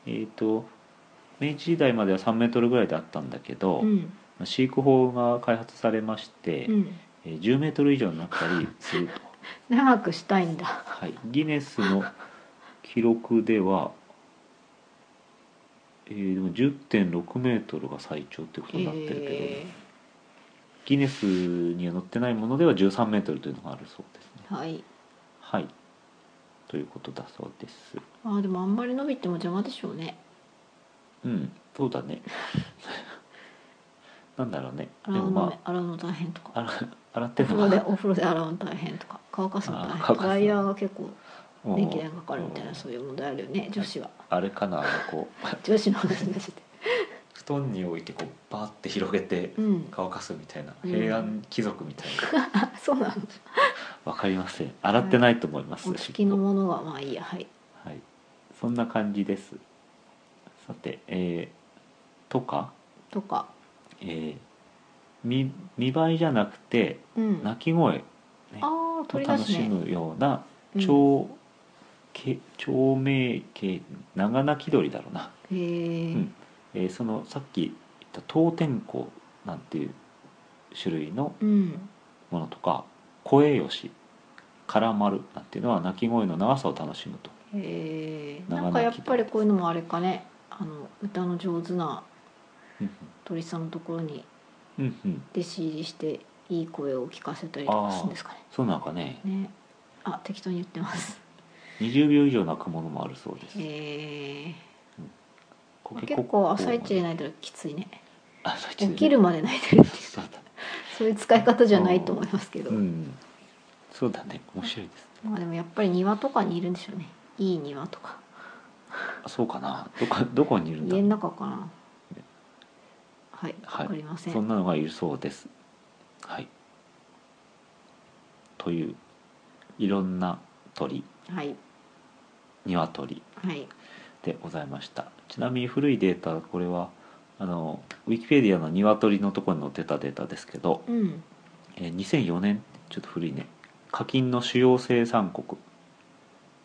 Speaker 1: えっ、と明治時代までは3メートルぐらいだったんだけど、
Speaker 2: うん
Speaker 1: 飼育法が開発されまして、
Speaker 2: うん
Speaker 1: えー10メートル以上になったりすると
Speaker 2: 長くしたいんだ
Speaker 1: はい、ギネスの記録では、えーでも10.6メートルが最長ってことになってるけど、
Speaker 2: え
Speaker 1: ギネスには載ってないものでは13メートルというのがあるそうですね。
Speaker 2: ーはい
Speaker 1: はい、ということだそうです。
Speaker 2: あーでもあんまり伸びても邪魔でしょうね
Speaker 1: うん、そうだね。 なんだろうね。で
Speaker 2: 洗う
Speaker 1: も
Speaker 2: の、
Speaker 1: ま
Speaker 2: 洗うの大変と
Speaker 1: あ、
Speaker 2: か
Speaker 1: 洗洗っ
Speaker 2: お
Speaker 1: て
Speaker 2: 風
Speaker 1: る
Speaker 2: 呂
Speaker 1: の
Speaker 2: で
Speaker 1: が
Speaker 2: お風呂で洗うの大変とか乾かすの大
Speaker 1: あー
Speaker 2: 変
Speaker 1: 乾かす
Speaker 2: ド
Speaker 1: の
Speaker 2: ライヤーが結構
Speaker 1: もう
Speaker 2: 電気代がかかるみたい
Speaker 1: も
Speaker 2: な
Speaker 1: う
Speaker 2: そういう問題あるよね女子は
Speaker 1: あれかな、こう
Speaker 2: 女子の話だして
Speaker 1: 布団に置いてこうバーって広げて
Speaker 2: うん
Speaker 1: 乾かすみたいな、
Speaker 2: うん
Speaker 1: 平安貴族みたいな。
Speaker 2: あそうなの
Speaker 1: わかりません洗ってないと思います、
Speaker 2: お付きのものはまあいいやはい
Speaker 1: はいそんな感じですさてえーとか
Speaker 2: とか
Speaker 1: えー見見栄えじゃなくて
Speaker 2: うん
Speaker 1: 鳴
Speaker 2: あ
Speaker 1: き声
Speaker 2: あー
Speaker 1: を
Speaker 2: 取り出
Speaker 1: 楽
Speaker 2: す
Speaker 1: し
Speaker 2: ね
Speaker 1: むような
Speaker 2: うん
Speaker 1: 長け長命系長鳴き鳥だろうな、
Speaker 2: へえ
Speaker 1: うんえーそのさっき言った当天候なんていう種類の
Speaker 2: うん
Speaker 1: ものとか声よし絡まるなんていうのは鳴き声の長さを楽しむと
Speaker 2: へえ
Speaker 1: 長
Speaker 2: な
Speaker 1: 々
Speaker 2: んかやっぱりこういうのもあれかねあの歌の上手な
Speaker 1: うん
Speaker 2: 鳥さんのところに
Speaker 1: うんうんうん
Speaker 2: 弟子入りしていい声を聞かせたりとかするんですか
Speaker 1: そうなんかね
Speaker 2: ねねあ適当に言ってます
Speaker 1: 20秒以上鳴くものもあるそうです
Speaker 2: へえ
Speaker 1: こ
Speaker 2: 結構朝一で泣いたらきついね
Speaker 1: 朝一
Speaker 2: 起
Speaker 1: で
Speaker 2: きるまで泣いてる
Speaker 1: そうだ
Speaker 2: そういう使い方じゃないと思いますけど、
Speaker 1: うんそうだね面白いです
Speaker 2: まあでもやっぱり庭とかにいるんでしょうねいい庭とか
Speaker 1: あそうかなどこどこにいるんだ
Speaker 2: 家の中かなはいわ、
Speaker 1: はい
Speaker 2: かりません
Speaker 1: そんなのがいるそうですはいといういろんな鳥
Speaker 2: はい
Speaker 1: 鶏
Speaker 2: はい
Speaker 1: でございましたちなみに古いデータこれはあのウィキペディアの鶏のところに載ってたデータですけど、
Speaker 2: うん
Speaker 1: えー2004年ちょっと古いね課金の主要生産国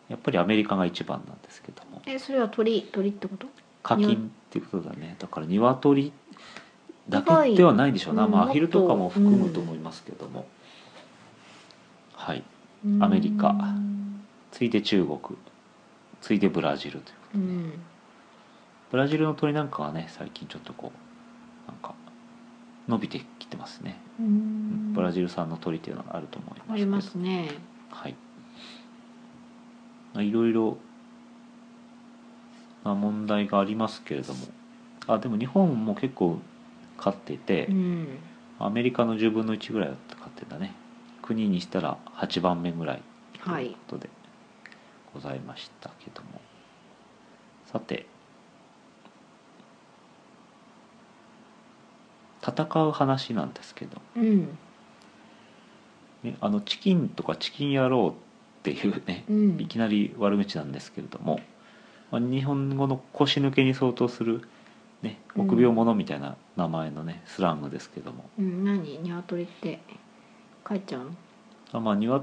Speaker 1: やっぱりアメリカが一番なんですけども
Speaker 2: えそれは鳥鳥ってこと
Speaker 1: 課金っていうことだねだから鶏だけではないでしょうな、
Speaker 2: うん
Speaker 1: まあ
Speaker 2: もっと
Speaker 1: アヒルとかも含むと思いますけども、はいアメリカ
Speaker 2: うん
Speaker 1: 次いで中国次いでブラジルという
Speaker 2: うん
Speaker 1: ブラジルの鳥なんかはね最近ちょっとこうなんか伸びてきてますね、
Speaker 2: うん
Speaker 1: ブラジル産の鳥っていうのがあると思いますけど
Speaker 2: ありますね
Speaker 1: はい。まあいろいろな問題がありますけれども、あでも日本も結構飼ってて、
Speaker 2: うん
Speaker 1: アメリカの10分の1ぐらいは飼ってんだね。国にしたら8番目ぐらいと
Speaker 2: はいいう
Speaker 1: ことでございましたけども、さて戦う話なんですけど、
Speaker 2: うん
Speaker 1: ね、あのチキンとかチキン野郎っていうね
Speaker 2: う
Speaker 1: い
Speaker 2: ん
Speaker 1: きなり悪口なんですけれども、まあ、日本語の腰抜けに相当する、ね、
Speaker 2: うん
Speaker 1: 臆病者みたいな名前のね、スラングですけども
Speaker 2: うん何鶏って帰っちゃうの
Speaker 1: あまあ庭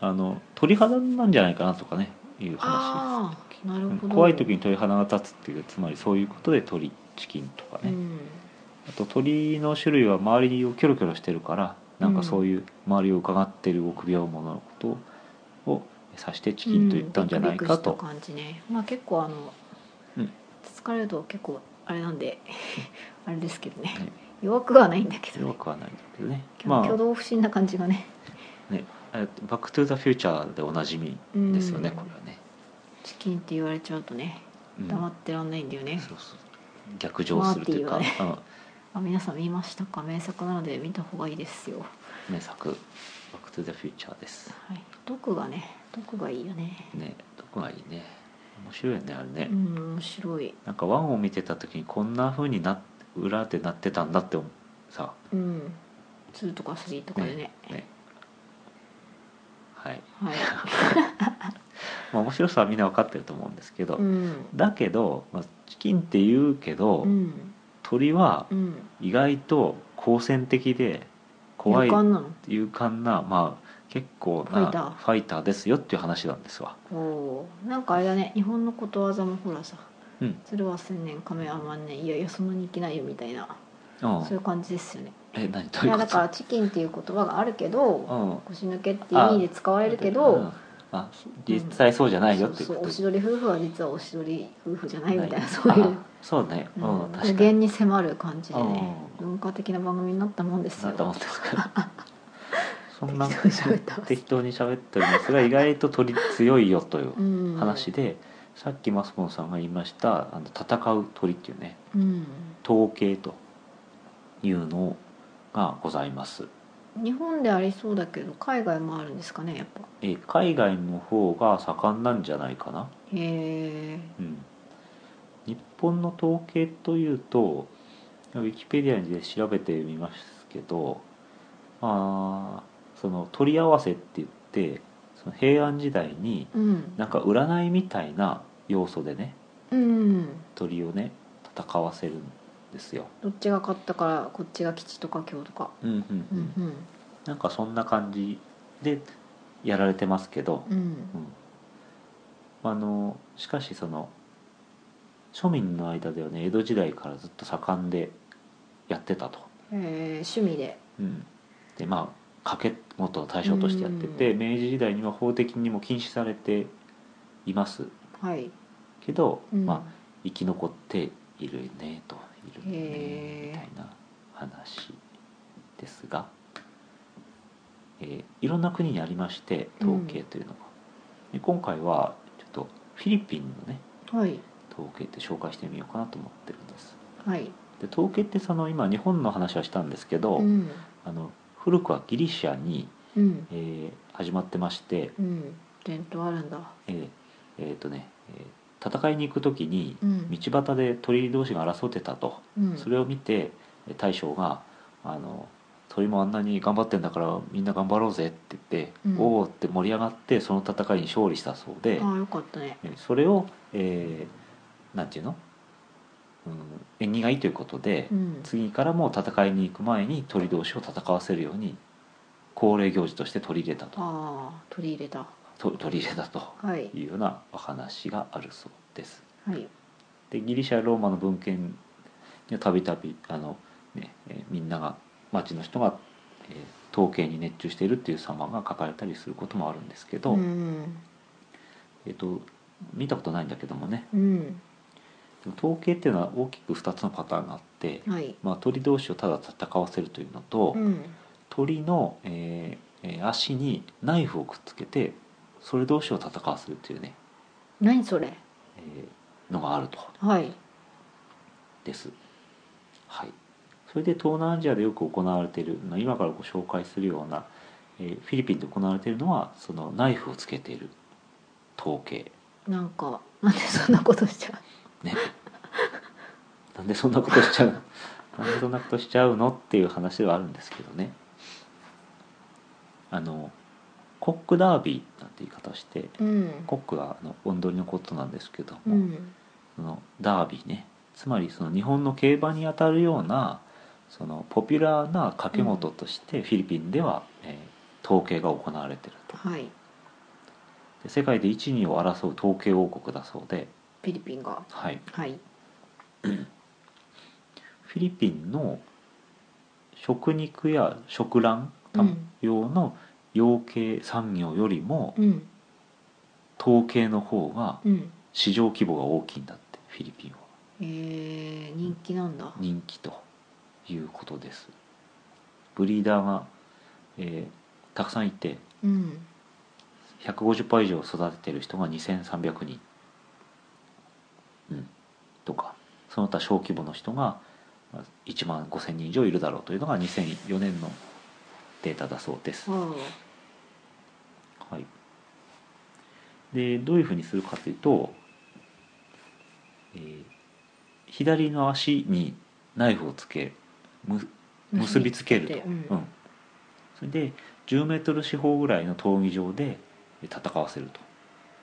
Speaker 1: あの鳥肌なんじゃないかなとかねいう話
Speaker 2: ああなる
Speaker 1: です
Speaker 2: ほど
Speaker 1: 怖い時に鳥肌が立つっていうつまりそういうことで鳥チキンとか
Speaker 2: う
Speaker 1: ね、
Speaker 2: ん
Speaker 1: あと鳥の種類は周りをキョロキョロしてるからなんかそういう周りを伺ってる臆病者のことを指してチキンと言ったんじゃないか
Speaker 2: うん
Speaker 1: と
Speaker 2: ビ、クビクした感じねまあ結構あの、
Speaker 1: うん
Speaker 2: 疲れると結構あれなんで あれですけどね
Speaker 1: ね
Speaker 2: 弱くはないんだけど
Speaker 1: 弱
Speaker 2: ね
Speaker 1: くはないんだけどねま
Speaker 2: 挙動不審な感じがね
Speaker 1: あねえっとバック・トゥ・ザ・フューチャーでおなじみですよね、
Speaker 2: うん
Speaker 1: これはね、
Speaker 2: チキンって言われちゃうとね
Speaker 1: うん
Speaker 2: 黙ってらんないんだよね、
Speaker 1: そうそう逆上するというか、
Speaker 2: マー
Speaker 1: うん
Speaker 2: あ皆さん見ましたか名作なので見た方がいいですよ
Speaker 1: 名作「バック・トゥ・ザ・フューチャー」です
Speaker 2: はい毒がね毒がいいよね
Speaker 1: ねどこがいいね面白いよねあれね、
Speaker 2: うん面白い
Speaker 1: なんかワンを見てた時にこんな風にな裏でなってたんだって思うさ
Speaker 2: うん2とか3とかでね
Speaker 1: ねはい、
Speaker 2: はい、
Speaker 1: まあ、面白さはみんな分かってると思うんですけど、
Speaker 2: うん
Speaker 1: だけど、まあ、チキンって言うけど、
Speaker 2: うん
Speaker 1: 鳥は
Speaker 2: うん
Speaker 1: 意外と好戦的で怖い
Speaker 2: 勇敢なの
Speaker 1: 勇敢なまあ結構
Speaker 2: ファイタ
Speaker 1: な
Speaker 2: ー
Speaker 1: ファイターですよっていう話なんですわ
Speaker 2: おーなんかあれだね日本のことわざもほらさ
Speaker 1: うん
Speaker 2: 「鶴は千年亀は万年いやいやそんなにいけないよ」みたいな
Speaker 1: うん
Speaker 2: そういう感じですよね
Speaker 1: え何どうい
Speaker 2: い
Speaker 1: う
Speaker 2: や
Speaker 1: こ
Speaker 2: だ
Speaker 1: と
Speaker 2: から「チキン」っていう言葉があるけど
Speaker 1: うん
Speaker 2: 腰抜けっていう意味で使われるけ
Speaker 1: う
Speaker 2: ど
Speaker 1: んあ実際そうじゃないよってい
Speaker 2: そう
Speaker 1: こ
Speaker 2: う
Speaker 1: と
Speaker 2: おしどり夫婦は実はおしどり夫婦じゃないみたいな
Speaker 1: あ
Speaker 2: そういう
Speaker 1: そうね
Speaker 2: う
Speaker 1: うんん、
Speaker 2: 語
Speaker 1: 確かに
Speaker 2: 源に迫る感じでね
Speaker 1: う
Speaker 2: 文化的な番組になったもんです
Speaker 1: な
Speaker 2: よ
Speaker 1: んと思ってますからそんな
Speaker 2: 適当に喋ってます
Speaker 1: 適当に喋っておりますが意外と鳥強いよという
Speaker 2: うん
Speaker 1: 話で、さっきマスコンさんが言いましたあの戦う鳥っていうね
Speaker 2: うん
Speaker 1: 統計というのがございます、
Speaker 2: 日本でありそうだけど海外もあるんですかねやっぱ
Speaker 1: えー海外の方が盛んなんじゃないかな、
Speaker 2: へえ
Speaker 1: うん、日本の統計というとウィキペディアで調べてみますけどあーその取り合わせって言ってその平安時代に
Speaker 2: うん
Speaker 1: なんか占いみたいな要素でね
Speaker 2: うん
Speaker 1: 鳥をね戦わせるんですよ。
Speaker 2: どっちが勝ったからこっちが吉とか凶とか
Speaker 1: うんうん
Speaker 2: う
Speaker 1: うんん、なんかそんな感じでやられてますけど
Speaker 2: うん、うん
Speaker 1: うん、あのしかしその庶民の間ではね江戸時代からずっと盛んでやってたと、
Speaker 2: えー趣味で
Speaker 1: うん、でまあ賭け事の対象としてやってて、
Speaker 2: うん
Speaker 1: 明治時代には法的にも禁止されています
Speaker 2: はい、
Speaker 1: けど、
Speaker 2: うん
Speaker 1: まあ、生き残っているねといるね
Speaker 2: へー
Speaker 1: みたいな話ですが、えーいろんな国にありまして統計というのが、で今回はちょっとフィリピンのね
Speaker 2: はい
Speaker 1: 統計って紹介してみようかなと思ってるんです
Speaker 2: はい
Speaker 1: で統計ってその今日本の話はしたんですけど、
Speaker 2: うん
Speaker 1: あの古くはギリシャに、
Speaker 2: うん
Speaker 1: えー始まってまして
Speaker 2: うん伝統あるんだ
Speaker 1: えーえーとね、えー戦いに行く時に
Speaker 2: うん
Speaker 1: 道端で鳥同士が争ってたと、
Speaker 2: うん
Speaker 1: それを見てえ大将が「あの鳥もあんなに頑張ってんだからみんな頑張ろうぜ」って言って「
Speaker 2: うん
Speaker 1: おお」って盛り上がってその戦いに勝利したそうで、
Speaker 2: ああよかったね
Speaker 1: えそれを、えーなんていうの、うん、縁起がいいということで、
Speaker 2: うん
Speaker 1: 次からも戦いに行く前に鳥同士を戦わせるように恒例行事として取り入れたと
Speaker 2: ああ取り入れた
Speaker 1: と取り入れたと
Speaker 2: はい
Speaker 1: いうようなお話があるそうです。
Speaker 2: はい
Speaker 1: でギリシャローマの文献にはたびたびあの、ねえーみんなが町の人が、えー統計に熱中しているっていう様が書かれたりすることもあるんですけど、
Speaker 2: うん
Speaker 1: えー、と見たことないんだけどもね
Speaker 2: うん
Speaker 1: でも統計っていうのは大きく2つのパターンがあって、
Speaker 2: はい
Speaker 1: まあ、鳥同士をただ戦わせるというのと、
Speaker 2: うん
Speaker 1: 鳥の、えーえー足にナイフをくっつけてそれ同士を戦わせるというね、
Speaker 2: 何それ
Speaker 1: えーのがあると。
Speaker 2: はい
Speaker 1: です。はい、それで東南アジアでよく行われているあの今からご紹介するような、えーフィリピンで行われているのはそのナイフをつけている統計
Speaker 2: なんかなんでそんなことしちゃ
Speaker 1: ね なんでそんなことしちゃう なんでそんなことしちゃうのっていう話ではあるんですけどねあのコックダービーなんて言い方をして
Speaker 2: ううん
Speaker 1: コックはあの温取りのことなんですけども、
Speaker 2: うん
Speaker 1: そのダービーねつまりその日本の競馬にあたるようなそのポピュラーな掛け事としてフィリピンでは、えー統計が行われてると
Speaker 2: はい
Speaker 1: で世界で1、2を争う統計王国だそうで、
Speaker 2: フィリピンが
Speaker 1: はい、
Speaker 2: はい
Speaker 1: フフィリピンの食肉や食卵用の養鶏産業よりも
Speaker 2: うん
Speaker 1: 統計の方が
Speaker 2: うん
Speaker 1: 市場規模が大きいんだってフィリピンは
Speaker 2: えー、人気なんだ
Speaker 1: 人気ということですブリーダーが、えーたくさんいて
Speaker 2: うん
Speaker 1: 150羽以上育ててる人が2300人、うん、とかその他小規模の人がまあ1万5000人以上いるだろうというのが2004年のデータだそうです、
Speaker 2: あ
Speaker 1: はい、でどういうふうにするかというと、えー左の足にナイフをつけむ
Speaker 2: あ
Speaker 1: 結びつけると、
Speaker 2: うん
Speaker 1: うんそれで1 0ル四方ぐらいの闘技場で戦わせる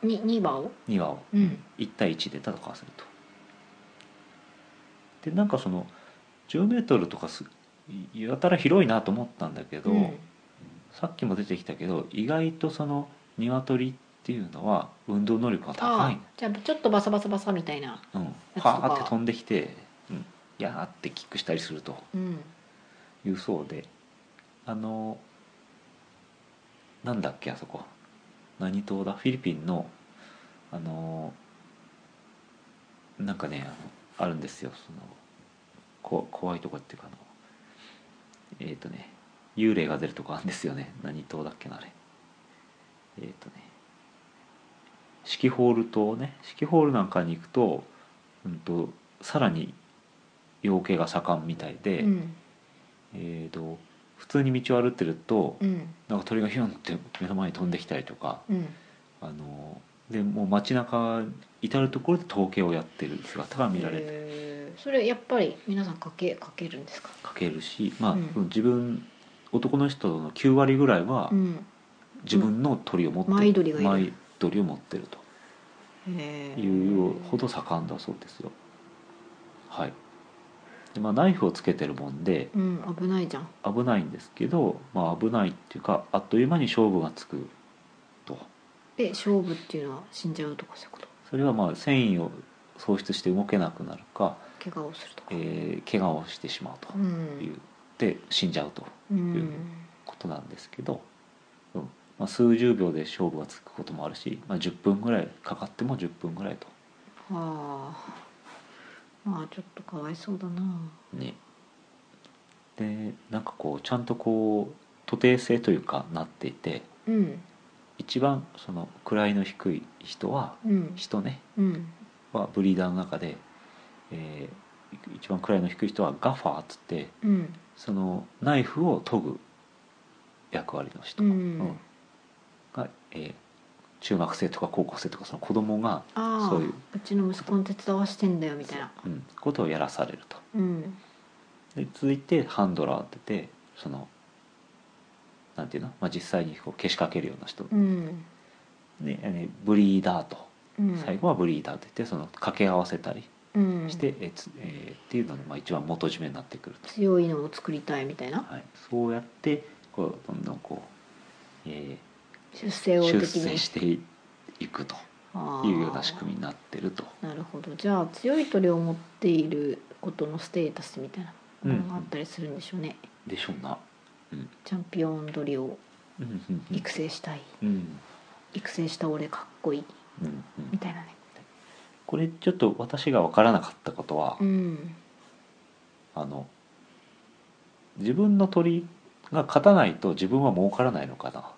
Speaker 1: と
Speaker 2: に2番を
Speaker 1: 2羽を
Speaker 2: うん
Speaker 1: 1対1で戦わせるとでなんかその1 0ルとかすやたら広いなと思ったんだけど、
Speaker 2: うん
Speaker 1: さっきも出てきたけど意外とその鶏っていうのは運動能力が高い
Speaker 2: あ
Speaker 1: ね
Speaker 2: じゃあちょっとバサバサバサみたいな
Speaker 1: うん、
Speaker 2: とか
Speaker 1: はーって飛んできて、うん、やーってキックしたりすると
Speaker 2: うん
Speaker 1: いうそうであのなんだっけあそこ何島だフィリピンのあのなんかねあのあるんですよそのこ怖いとこっていうかあのえっ、とね幽霊が出るとこあるんですよね何島だっけなあれえっ、とね四季ホール島ね四季ホールなんかに行くと,、うん、とさらに養鶏が盛んみたいで、
Speaker 2: うん
Speaker 1: えー、と普通に道を歩ってると、
Speaker 2: うん
Speaker 1: なんか鳥がヒュンって目の前に飛んできたりとか、
Speaker 2: うん
Speaker 1: あのでもう街中至る所で統計をやってる姿が見られて
Speaker 2: えーそれやっぱり皆さんかけかけるんですか
Speaker 1: 書けるし、まあ
Speaker 2: うん
Speaker 1: その自分男の人の9割ぐらいは
Speaker 2: うん
Speaker 1: 自分の鳥を持って
Speaker 2: うんマイ鳥がいる
Speaker 1: マイ鳥を持ってる
Speaker 2: へ
Speaker 1: と
Speaker 2: ー
Speaker 1: いうほど盛んだそうですよ。はいでまあ、ナイフをつけてるもんで
Speaker 2: うん危ないじゃん
Speaker 1: 危ないんですけど、まあ、危ないっていうかあっという間に勝負がつくと。
Speaker 2: で勝負っていうのは死んじゃうとかそういうこと
Speaker 1: それはまあ繊維を喪失して動けなくなるか、
Speaker 2: 怪我をするとか、
Speaker 1: えー怪我をしてしまう
Speaker 2: う、
Speaker 1: というんで死んじゃうという
Speaker 2: うん、
Speaker 1: ことなんですけど、うんまあ、数十秒で勝負がつくこともあるし、まあ、10分ぐらいかかっても10分ぐらいと
Speaker 2: はあまあちょっとかわいそうだな
Speaker 1: ねでなんかこうちゃんとこう徒弟制というかなっていて
Speaker 2: うん
Speaker 1: 一番その位の低い人は
Speaker 2: うん
Speaker 1: 人ね
Speaker 2: うん
Speaker 1: はブリーダーの中で、えー一番位の低い人はガファーっつって
Speaker 2: うん
Speaker 1: そのナイフを研ぐ役割の人、
Speaker 2: うん
Speaker 1: が、えー中学生とか高校生とかその子供が、
Speaker 2: ああ
Speaker 1: そういう
Speaker 2: ちの息子の手伝わしてんだよみたいな
Speaker 1: うん、ことをやらされると
Speaker 2: うん
Speaker 1: で続いてハンドラーって言ってそのなんていうの、まあ、実際にこうけしかけるような人、
Speaker 2: うん
Speaker 1: でえーブリーダーと
Speaker 2: うん
Speaker 1: 最後はブリーダーって言ってその掛け合わせたり
Speaker 2: うん
Speaker 1: して、えーつえーっていうのがまあ一番元締めになってくると。
Speaker 2: 強いのを作りたいみたいな
Speaker 1: はい、そうやってこうどんどんこう、えー
Speaker 2: 出世を的
Speaker 1: 出
Speaker 2: に
Speaker 1: 世していくと
Speaker 2: ああ
Speaker 1: いうような仕組みになってると
Speaker 2: なるほどじゃあ強い鳥を持っていることのステータスみたいなものがあったりするんでしょうね、
Speaker 1: でしょうな。
Speaker 2: チャンピオン鳥を
Speaker 1: うんうんうん
Speaker 2: 育成したい、
Speaker 1: うん
Speaker 2: 育成した俺かっこいい
Speaker 1: うんうん
Speaker 2: みたいなね
Speaker 1: これちょっと私が分からなかったことは、
Speaker 2: うん
Speaker 1: あの自分の鳥が勝たないと自分は儲からないのかな。
Speaker 2: あ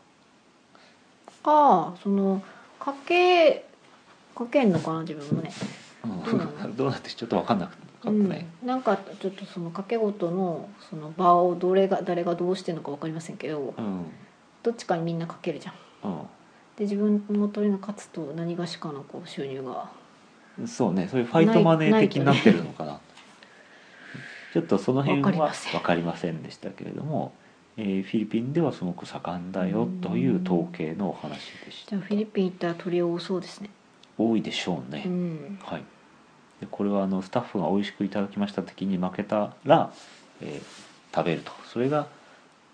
Speaker 2: あそのかけかけんのかな自分もね、
Speaker 1: うん
Speaker 2: そうなの
Speaker 1: どうなってちょっと分かんなかった
Speaker 2: うん
Speaker 1: ね。、
Speaker 2: なんかちょっとそのかけごとのその場をどれが誰がどうしてるのか分かりませんけど
Speaker 1: うん
Speaker 2: どっちかにみんなかけるじゃんで自分の鳥が勝つと何がしかのこう収入が
Speaker 1: うんそうねそういうファイトマネー的になってるのかな。ちょっとその辺は
Speaker 2: わかりません
Speaker 1: 分かりませんでしたけれども、えーフィリピンではすごく盛んだよという統計のお話でした
Speaker 2: じゃあフィリピン行ったら鳥多そうですね
Speaker 1: 多いでしょうね、
Speaker 2: うん
Speaker 1: はいでこれはあのスタッフが美味しくいただきました時に負けたら、えー食べるとそれが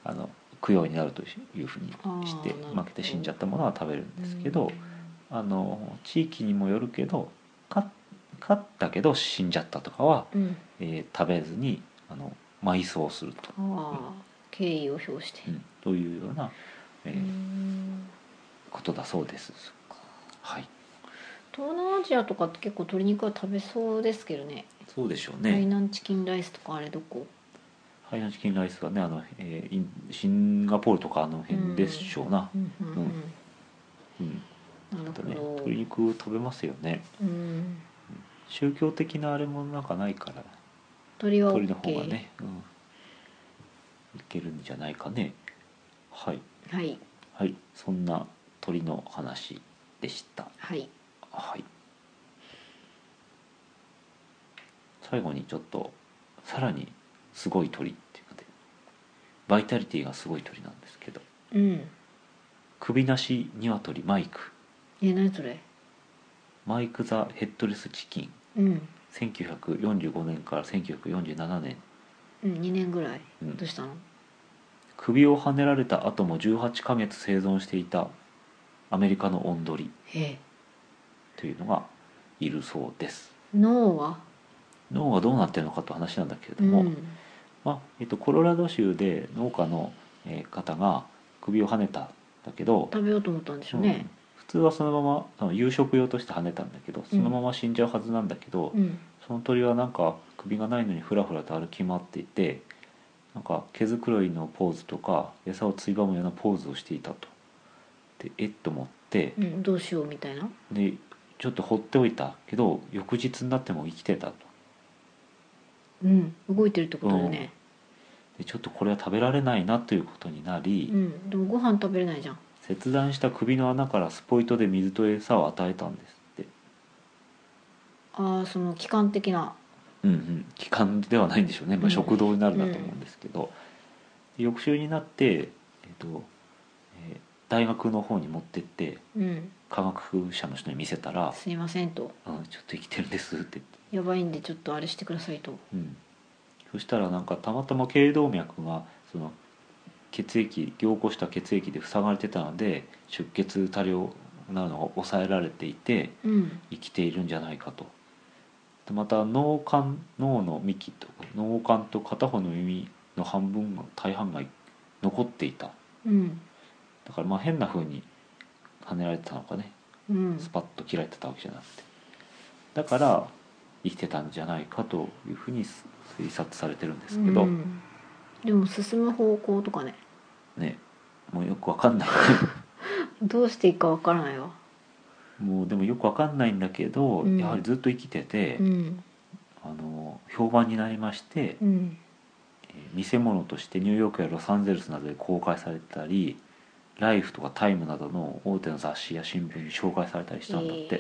Speaker 1: あの供養になるというふうにして
Speaker 2: あーなるほど
Speaker 1: 負けて死んじゃったものは食べるんですけど、あの地域にもよるけどか勝ったけど死んじゃったとかは、
Speaker 2: うん
Speaker 1: えー食べずにあの埋葬すると、
Speaker 2: ああ敬意を表して
Speaker 1: うんというような、えー
Speaker 2: うん
Speaker 1: ことだそうです。はい、
Speaker 2: 東南アジアとかって結構鶏肉は食べそうですけどね
Speaker 1: そうでしょう
Speaker 2: 海
Speaker 1: ね。
Speaker 2: 南チキンライスとかあれどこ
Speaker 1: ハイナチキンライスがねあの、えーインシンガポールとかあの辺でしょうな。
Speaker 2: うんうん
Speaker 1: うん、
Speaker 2: うんな
Speaker 1: あと
Speaker 2: る
Speaker 1: ね
Speaker 2: ほど
Speaker 1: 鶏肉食べますよね。
Speaker 2: うん
Speaker 1: 宗教的なあれもなんかないから
Speaker 2: 鳥は
Speaker 1: 鳥の方
Speaker 2: OK
Speaker 1: がね、うん、いけるんじゃないかねはい
Speaker 2: はい
Speaker 1: はいそんな鳥の話でした
Speaker 2: はい
Speaker 1: はい最後にちょっとさらにすごい鳥っていうのでバイタリティがすごい鳥なんですけど
Speaker 2: うん
Speaker 1: 首なし鶏マイク
Speaker 2: え何それ
Speaker 1: マイク・ザ・ヘッドレス・チキン
Speaker 2: うん
Speaker 1: 1945年から1947年
Speaker 2: うん2年ぐらい
Speaker 1: うん
Speaker 2: どうしたの
Speaker 1: 首をはねられた後も18ヶ月生存していたアメリカのオンドリ
Speaker 2: へえ
Speaker 1: というのがいるそうです
Speaker 2: 脳は
Speaker 1: 脳がどうなってるのかという話なんだけれ
Speaker 2: う
Speaker 1: ども、
Speaker 2: ん
Speaker 1: まあえっと、コロラド州で農家のえー方が首をはねたんだけど、
Speaker 2: 食べようと思ったんでしょう
Speaker 1: うん
Speaker 2: ね
Speaker 1: 普通はそのままあの夕食用としてはねたんだけどそのまま死んじゃうはずなんだけど、
Speaker 2: うん
Speaker 1: その鳥はなんか首がないのにふらふらと歩き回っていてなんか毛づくろいのポーズとか餌をついばむようなポーズをしていたと。でえっと思って
Speaker 2: うんどうしようみたいな
Speaker 1: でちょっと放っておいたけど翌日になっても生きてたと
Speaker 2: うん動いてるってことだよね
Speaker 1: でちょっとこれは食べられないなということになり、
Speaker 2: うんでもご飯食べれないじゃん
Speaker 1: 切断した首の穴からスポイトで水と餌を与えたんですって
Speaker 2: ああその期間的な
Speaker 1: うんうん気管ではないんでしょうね、ま
Speaker 2: う
Speaker 1: あ、
Speaker 2: ん
Speaker 1: 食道になるんだと思うんですけど、で翌週になって、えっとえー大学の方に持ってって
Speaker 2: うん
Speaker 1: 科学者の人に見せたら
Speaker 2: すいませんと
Speaker 1: 「うん、ちょっと生きてるんです」って言って、
Speaker 2: やばいんでちょっとあれしてくださいと
Speaker 1: うん、そしたらなんかたまたま頸動脈がその血液凝固した血液で塞がれてたので出血多量なのが抑えられていて
Speaker 2: うん
Speaker 1: 生きているんじゃないかと。でまた脳幹脳の幹と脳幹と片方の耳の半分の大半が残っていた
Speaker 2: うん
Speaker 1: だからまあ変な風に跳ねられてたのかね
Speaker 2: うん
Speaker 1: スパッと切られてたわけじゃなくてだから生きてたんじゃないかというふうに推察されてるんですけど、
Speaker 2: うんでも進む方向とかね
Speaker 1: ねもうよくわかんない
Speaker 2: どうしていいかわからないわ
Speaker 1: もうでもよくわかんないんだけど、
Speaker 2: うん
Speaker 1: やはりずっと生きてて、
Speaker 2: うん
Speaker 1: あの評判になりまして、
Speaker 2: うん
Speaker 1: えー見せ物としてニューヨークやロサンゼルスなどで公開されたり「ライフとか「タイムなどの大手の雑誌や新聞に紹介されたりしたんだって、
Speaker 2: えー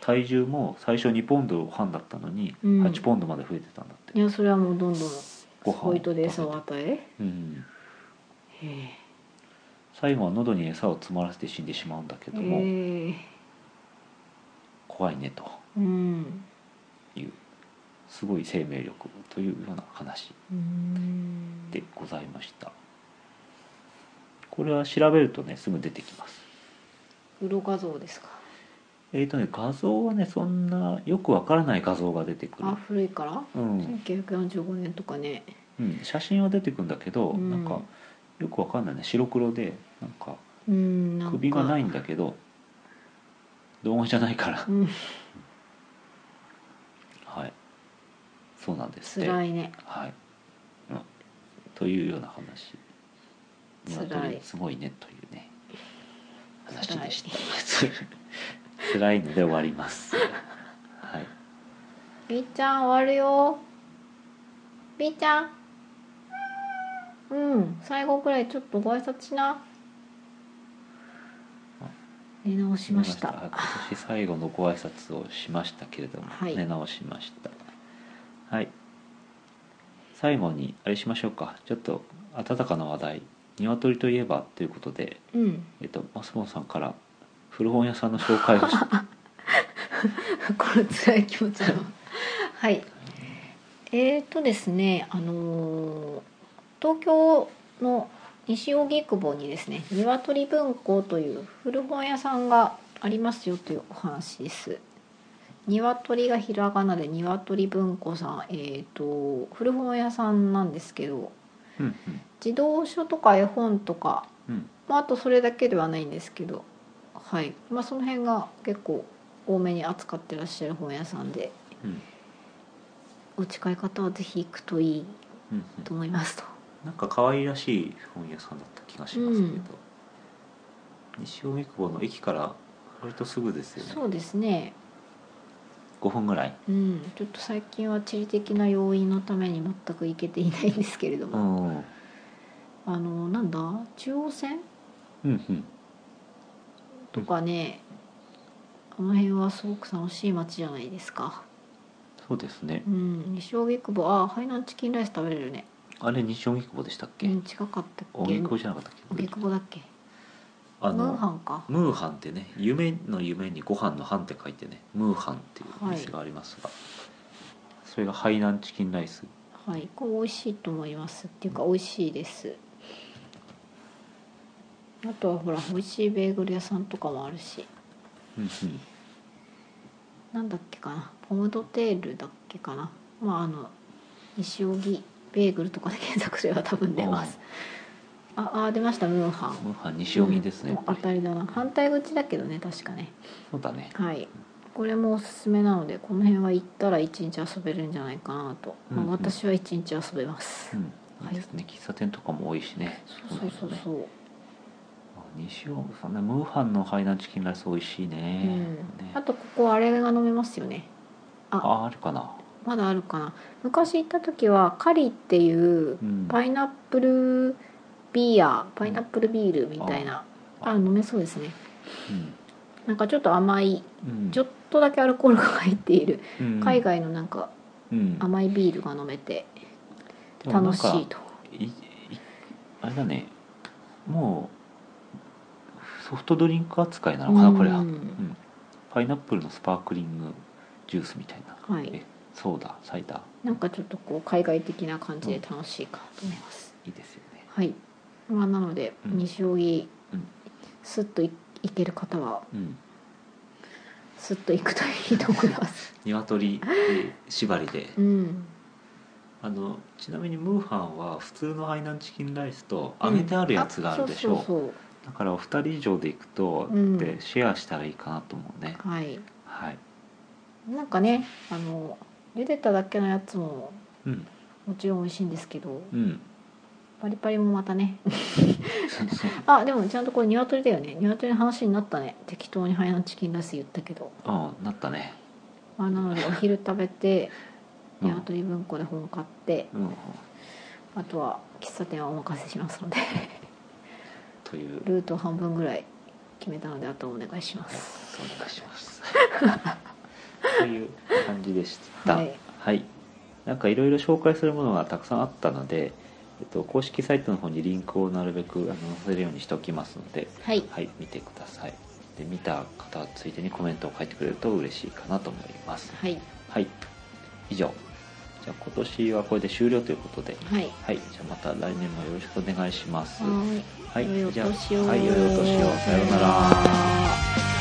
Speaker 1: 体重も最初2ポンド半だったのに
Speaker 2: うん
Speaker 1: 8ポンドまで増えてたんだって、
Speaker 2: いやそれはもうどんどんス
Speaker 1: ご飯
Speaker 2: ポイトで餌を与え
Speaker 1: うん、
Speaker 2: へえ
Speaker 1: 最後は喉に餌を詰まらせて死んでしまうんだけども、
Speaker 2: え
Speaker 1: 怖いねと
Speaker 2: うん
Speaker 1: いうすごい生命力というような話
Speaker 2: うん
Speaker 1: でございましたこれは調べるとねすぐ出てきます
Speaker 2: うろ画像ですか
Speaker 1: えーとね画像はねそんなよくわからない画像が出てくる
Speaker 2: あ、古いから
Speaker 1: うん
Speaker 2: 1945年とかね
Speaker 1: うん、写真は出てくるんだけど、
Speaker 2: うん
Speaker 1: なんかよくわかんないね白黒でなんか
Speaker 2: うんなんか
Speaker 1: 首がないんだけど動画じゃないから
Speaker 2: うん
Speaker 1: はいそうなんですって
Speaker 2: 辛いね
Speaker 1: はい、うん、というような話
Speaker 2: 辛い
Speaker 1: 鶏すごいねというね話でした
Speaker 2: 辛
Speaker 1: 辛いので終わりますはい
Speaker 2: みーちゃん終わるよみーちゃんうん最後くらいちょっとご挨拶しな寝直しました
Speaker 1: 今年最後のご挨拶をしましたけれども、
Speaker 2: はい
Speaker 1: 寝直しましたはい最後にあれしましょうかちょっと温かな話題鶏といえばということで
Speaker 2: うん
Speaker 1: えっとマスボンさんから古本屋さんの紹介をし
Speaker 2: この辛い気持ちのはいえーとですねあのー東京の西荻窪にですね鶏文庫という古本屋さんがありますよというお話です鶏がひらがなで鶏文庫さんえっ、と古本屋さんなんですけど
Speaker 1: うん
Speaker 2: 児童書とか絵本とか、
Speaker 1: うん
Speaker 2: まあ、あとそれだけではないんですけどはい、まあ、その辺が結構多めに扱ってらっしゃる本屋さんで
Speaker 1: うん
Speaker 2: お近い方はぜひ行くといい
Speaker 1: うんうん
Speaker 2: と思いますと
Speaker 1: なんか可愛らしい本屋さんだった気がしますけど、西荻窪の駅から割とすぐですよね
Speaker 2: そうですね
Speaker 1: 5分ぐらい
Speaker 2: うんちょっと最近は地理的な要因のために全く行けていないんですけれど
Speaker 1: う
Speaker 2: も、
Speaker 1: んうん
Speaker 2: あのなんだ中央線
Speaker 1: うん
Speaker 2: とかね、あの辺はすごく楽しい街じゃないですか
Speaker 1: そうですね
Speaker 2: うん西荻窪あハイナンチキンライス食べれるね
Speaker 1: あれ西荻窪でしたっけ
Speaker 2: うん近かったっけ
Speaker 1: 荻窪じゃなかったっけ
Speaker 2: 荻窪だっけ
Speaker 1: あ
Speaker 2: ム
Speaker 1: の
Speaker 2: ーハンか
Speaker 1: ムーハンってね夢の夢にご飯の飯って書いてねムーハンっていうお店がありますが、それがハイナンチキンライス
Speaker 2: はいこれ美味しいと思いますっていうか美味しいですあとはほら美味しいベーグル屋さんとかもあるし
Speaker 1: うんうん
Speaker 2: なんだっけかなポムドテールだっけかなまああの西荻ベーグルとかで検索すれば多分出ますああ出ましたムーハン
Speaker 1: ムーハン西荻ですね、
Speaker 2: うん
Speaker 1: やっぱ
Speaker 2: 当
Speaker 1: り
Speaker 2: たりだな反対口だけどね確かね
Speaker 1: そうだね
Speaker 2: はいこれもおすすめなのでこの辺は行ったら一日遊べるんじゃないかなと、まあ
Speaker 1: うんうん
Speaker 2: 私は一日遊べます、
Speaker 1: うん
Speaker 2: はい
Speaker 1: いいですね、喫茶店とかも多いしね
Speaker 2: そうそうそうそう
Speaker 1: 西尾さんねムーハンのハイナンチキンライス美味しいね,、
Speaker 2: うん
Speaker 1: ね
Speaker 2: あとここあれが飲めますよね
Speaker 1: ああるかな
Speaker 2: まだあるかな昔行った時はカリっていう
Speaker 1: うん
Speaker 2: パイナップルビアパイナップルビールみたいな、
Speaker 1: あ
Speaker 2: あ飲めそうですね
Speaker 1: うん
Speaker 2: なんかちょっと甘い
Speaker 1: うん
Speaker 2: ちょっとだけアルコールが入っている、
Speaker 1: うん
Speaker 2: 海外のなんか
Speaker 1: うん
Speaker 2: 甘いビールが飲めて
Speaker 1: でもな
Speaker 2: 楽
Speaker 1: ん
Speaker 2: し
Speaker 1: か
Speaker 2: いと
Speaker 1: いいあれだねもうソフトドリンク扱いなのかな、これは、
Speaker 2: う
Speaker 1: うんん、パイナップルのスパークリングジュースみたいな、
Speaker 2: はい
Speaker 1: えソーダサイダー
Speaker 2: なんかちょっとこう海外的な感じで楽しいかと思います、
Speaker 1: いいですよね
Speaker 2: はい、まあ、なので
Speaker 1: うん
Speaker 2: 西荻
Speaker 1: うん
Speaker 2: すっとい行ける方は
Speaker 1: うん
Speaker 2: すっと行くといいと思います。
Speaker 1: 鶏縛りで
Speaker 2: うん、
Speaker 1: あのちなみにムーハンは普通のハイナンチキンライスと揚げてあるやつがあるでしょ、
Speaker 2: あそうそう
Speaker 1: だからお二人以上で行くと、
Speaker 2: うん
Speaker 1: でシェアしたらいいかなと思うね、
Speaker 2: そうはい。
Speaker 1: はい
Speaker 2: なんかね、あの茹でただけのやつも
Speaker 1: うん
Speaker 2: もちろん美味しいんですけど、
Speaker 1: うん
Speaker 2: パリパリもまたね。あ、でもちゃんとこれ鶏だよね。鶏の話になったね。適当にハイナンチキンライス言ったけど、
Speaker 1: ああなったね、
Speaker 2: まあ、なのでお昼食べて
Speaker 1: うん
Speaker 2: 鶏文庫で本買って、
Speaker 1: うん、
Speaker 2: あとは喫茶店はお任せしますので、
Speaker 1: という
Speaker 2: ルートを半分ぐらい決めたのであとお願いします。
Speaker 1: お願いします。という感じでした。
Speaker 2: は
Speaker 1: はいい。なんかいろいろ紹介するものがたくさんあったので、えっと公式サイトの方にリンクをなるべくあの載せるようにしておきますので、
Speaker 2: はい、
Speaker 1: はい見てください。で見た方はついでにコメントを書いてくれると嬉しいかなと思います。
Speaker 2: はい、
Speaker 1: はい。以上。じゃあ今年はこれで終了ということで。
Speaker 2: はい。
Speaker 1: はい。じゃあまた来年もよろしくお願いします。
Speaker 2: はーい。
Speaker 1: はい
Speaker 2: 良いお
Speaker 1: じゃあ
Speaker 2: 年を。
Speaker 1: はい良いお年をさようなら
Speaker 2: さようなら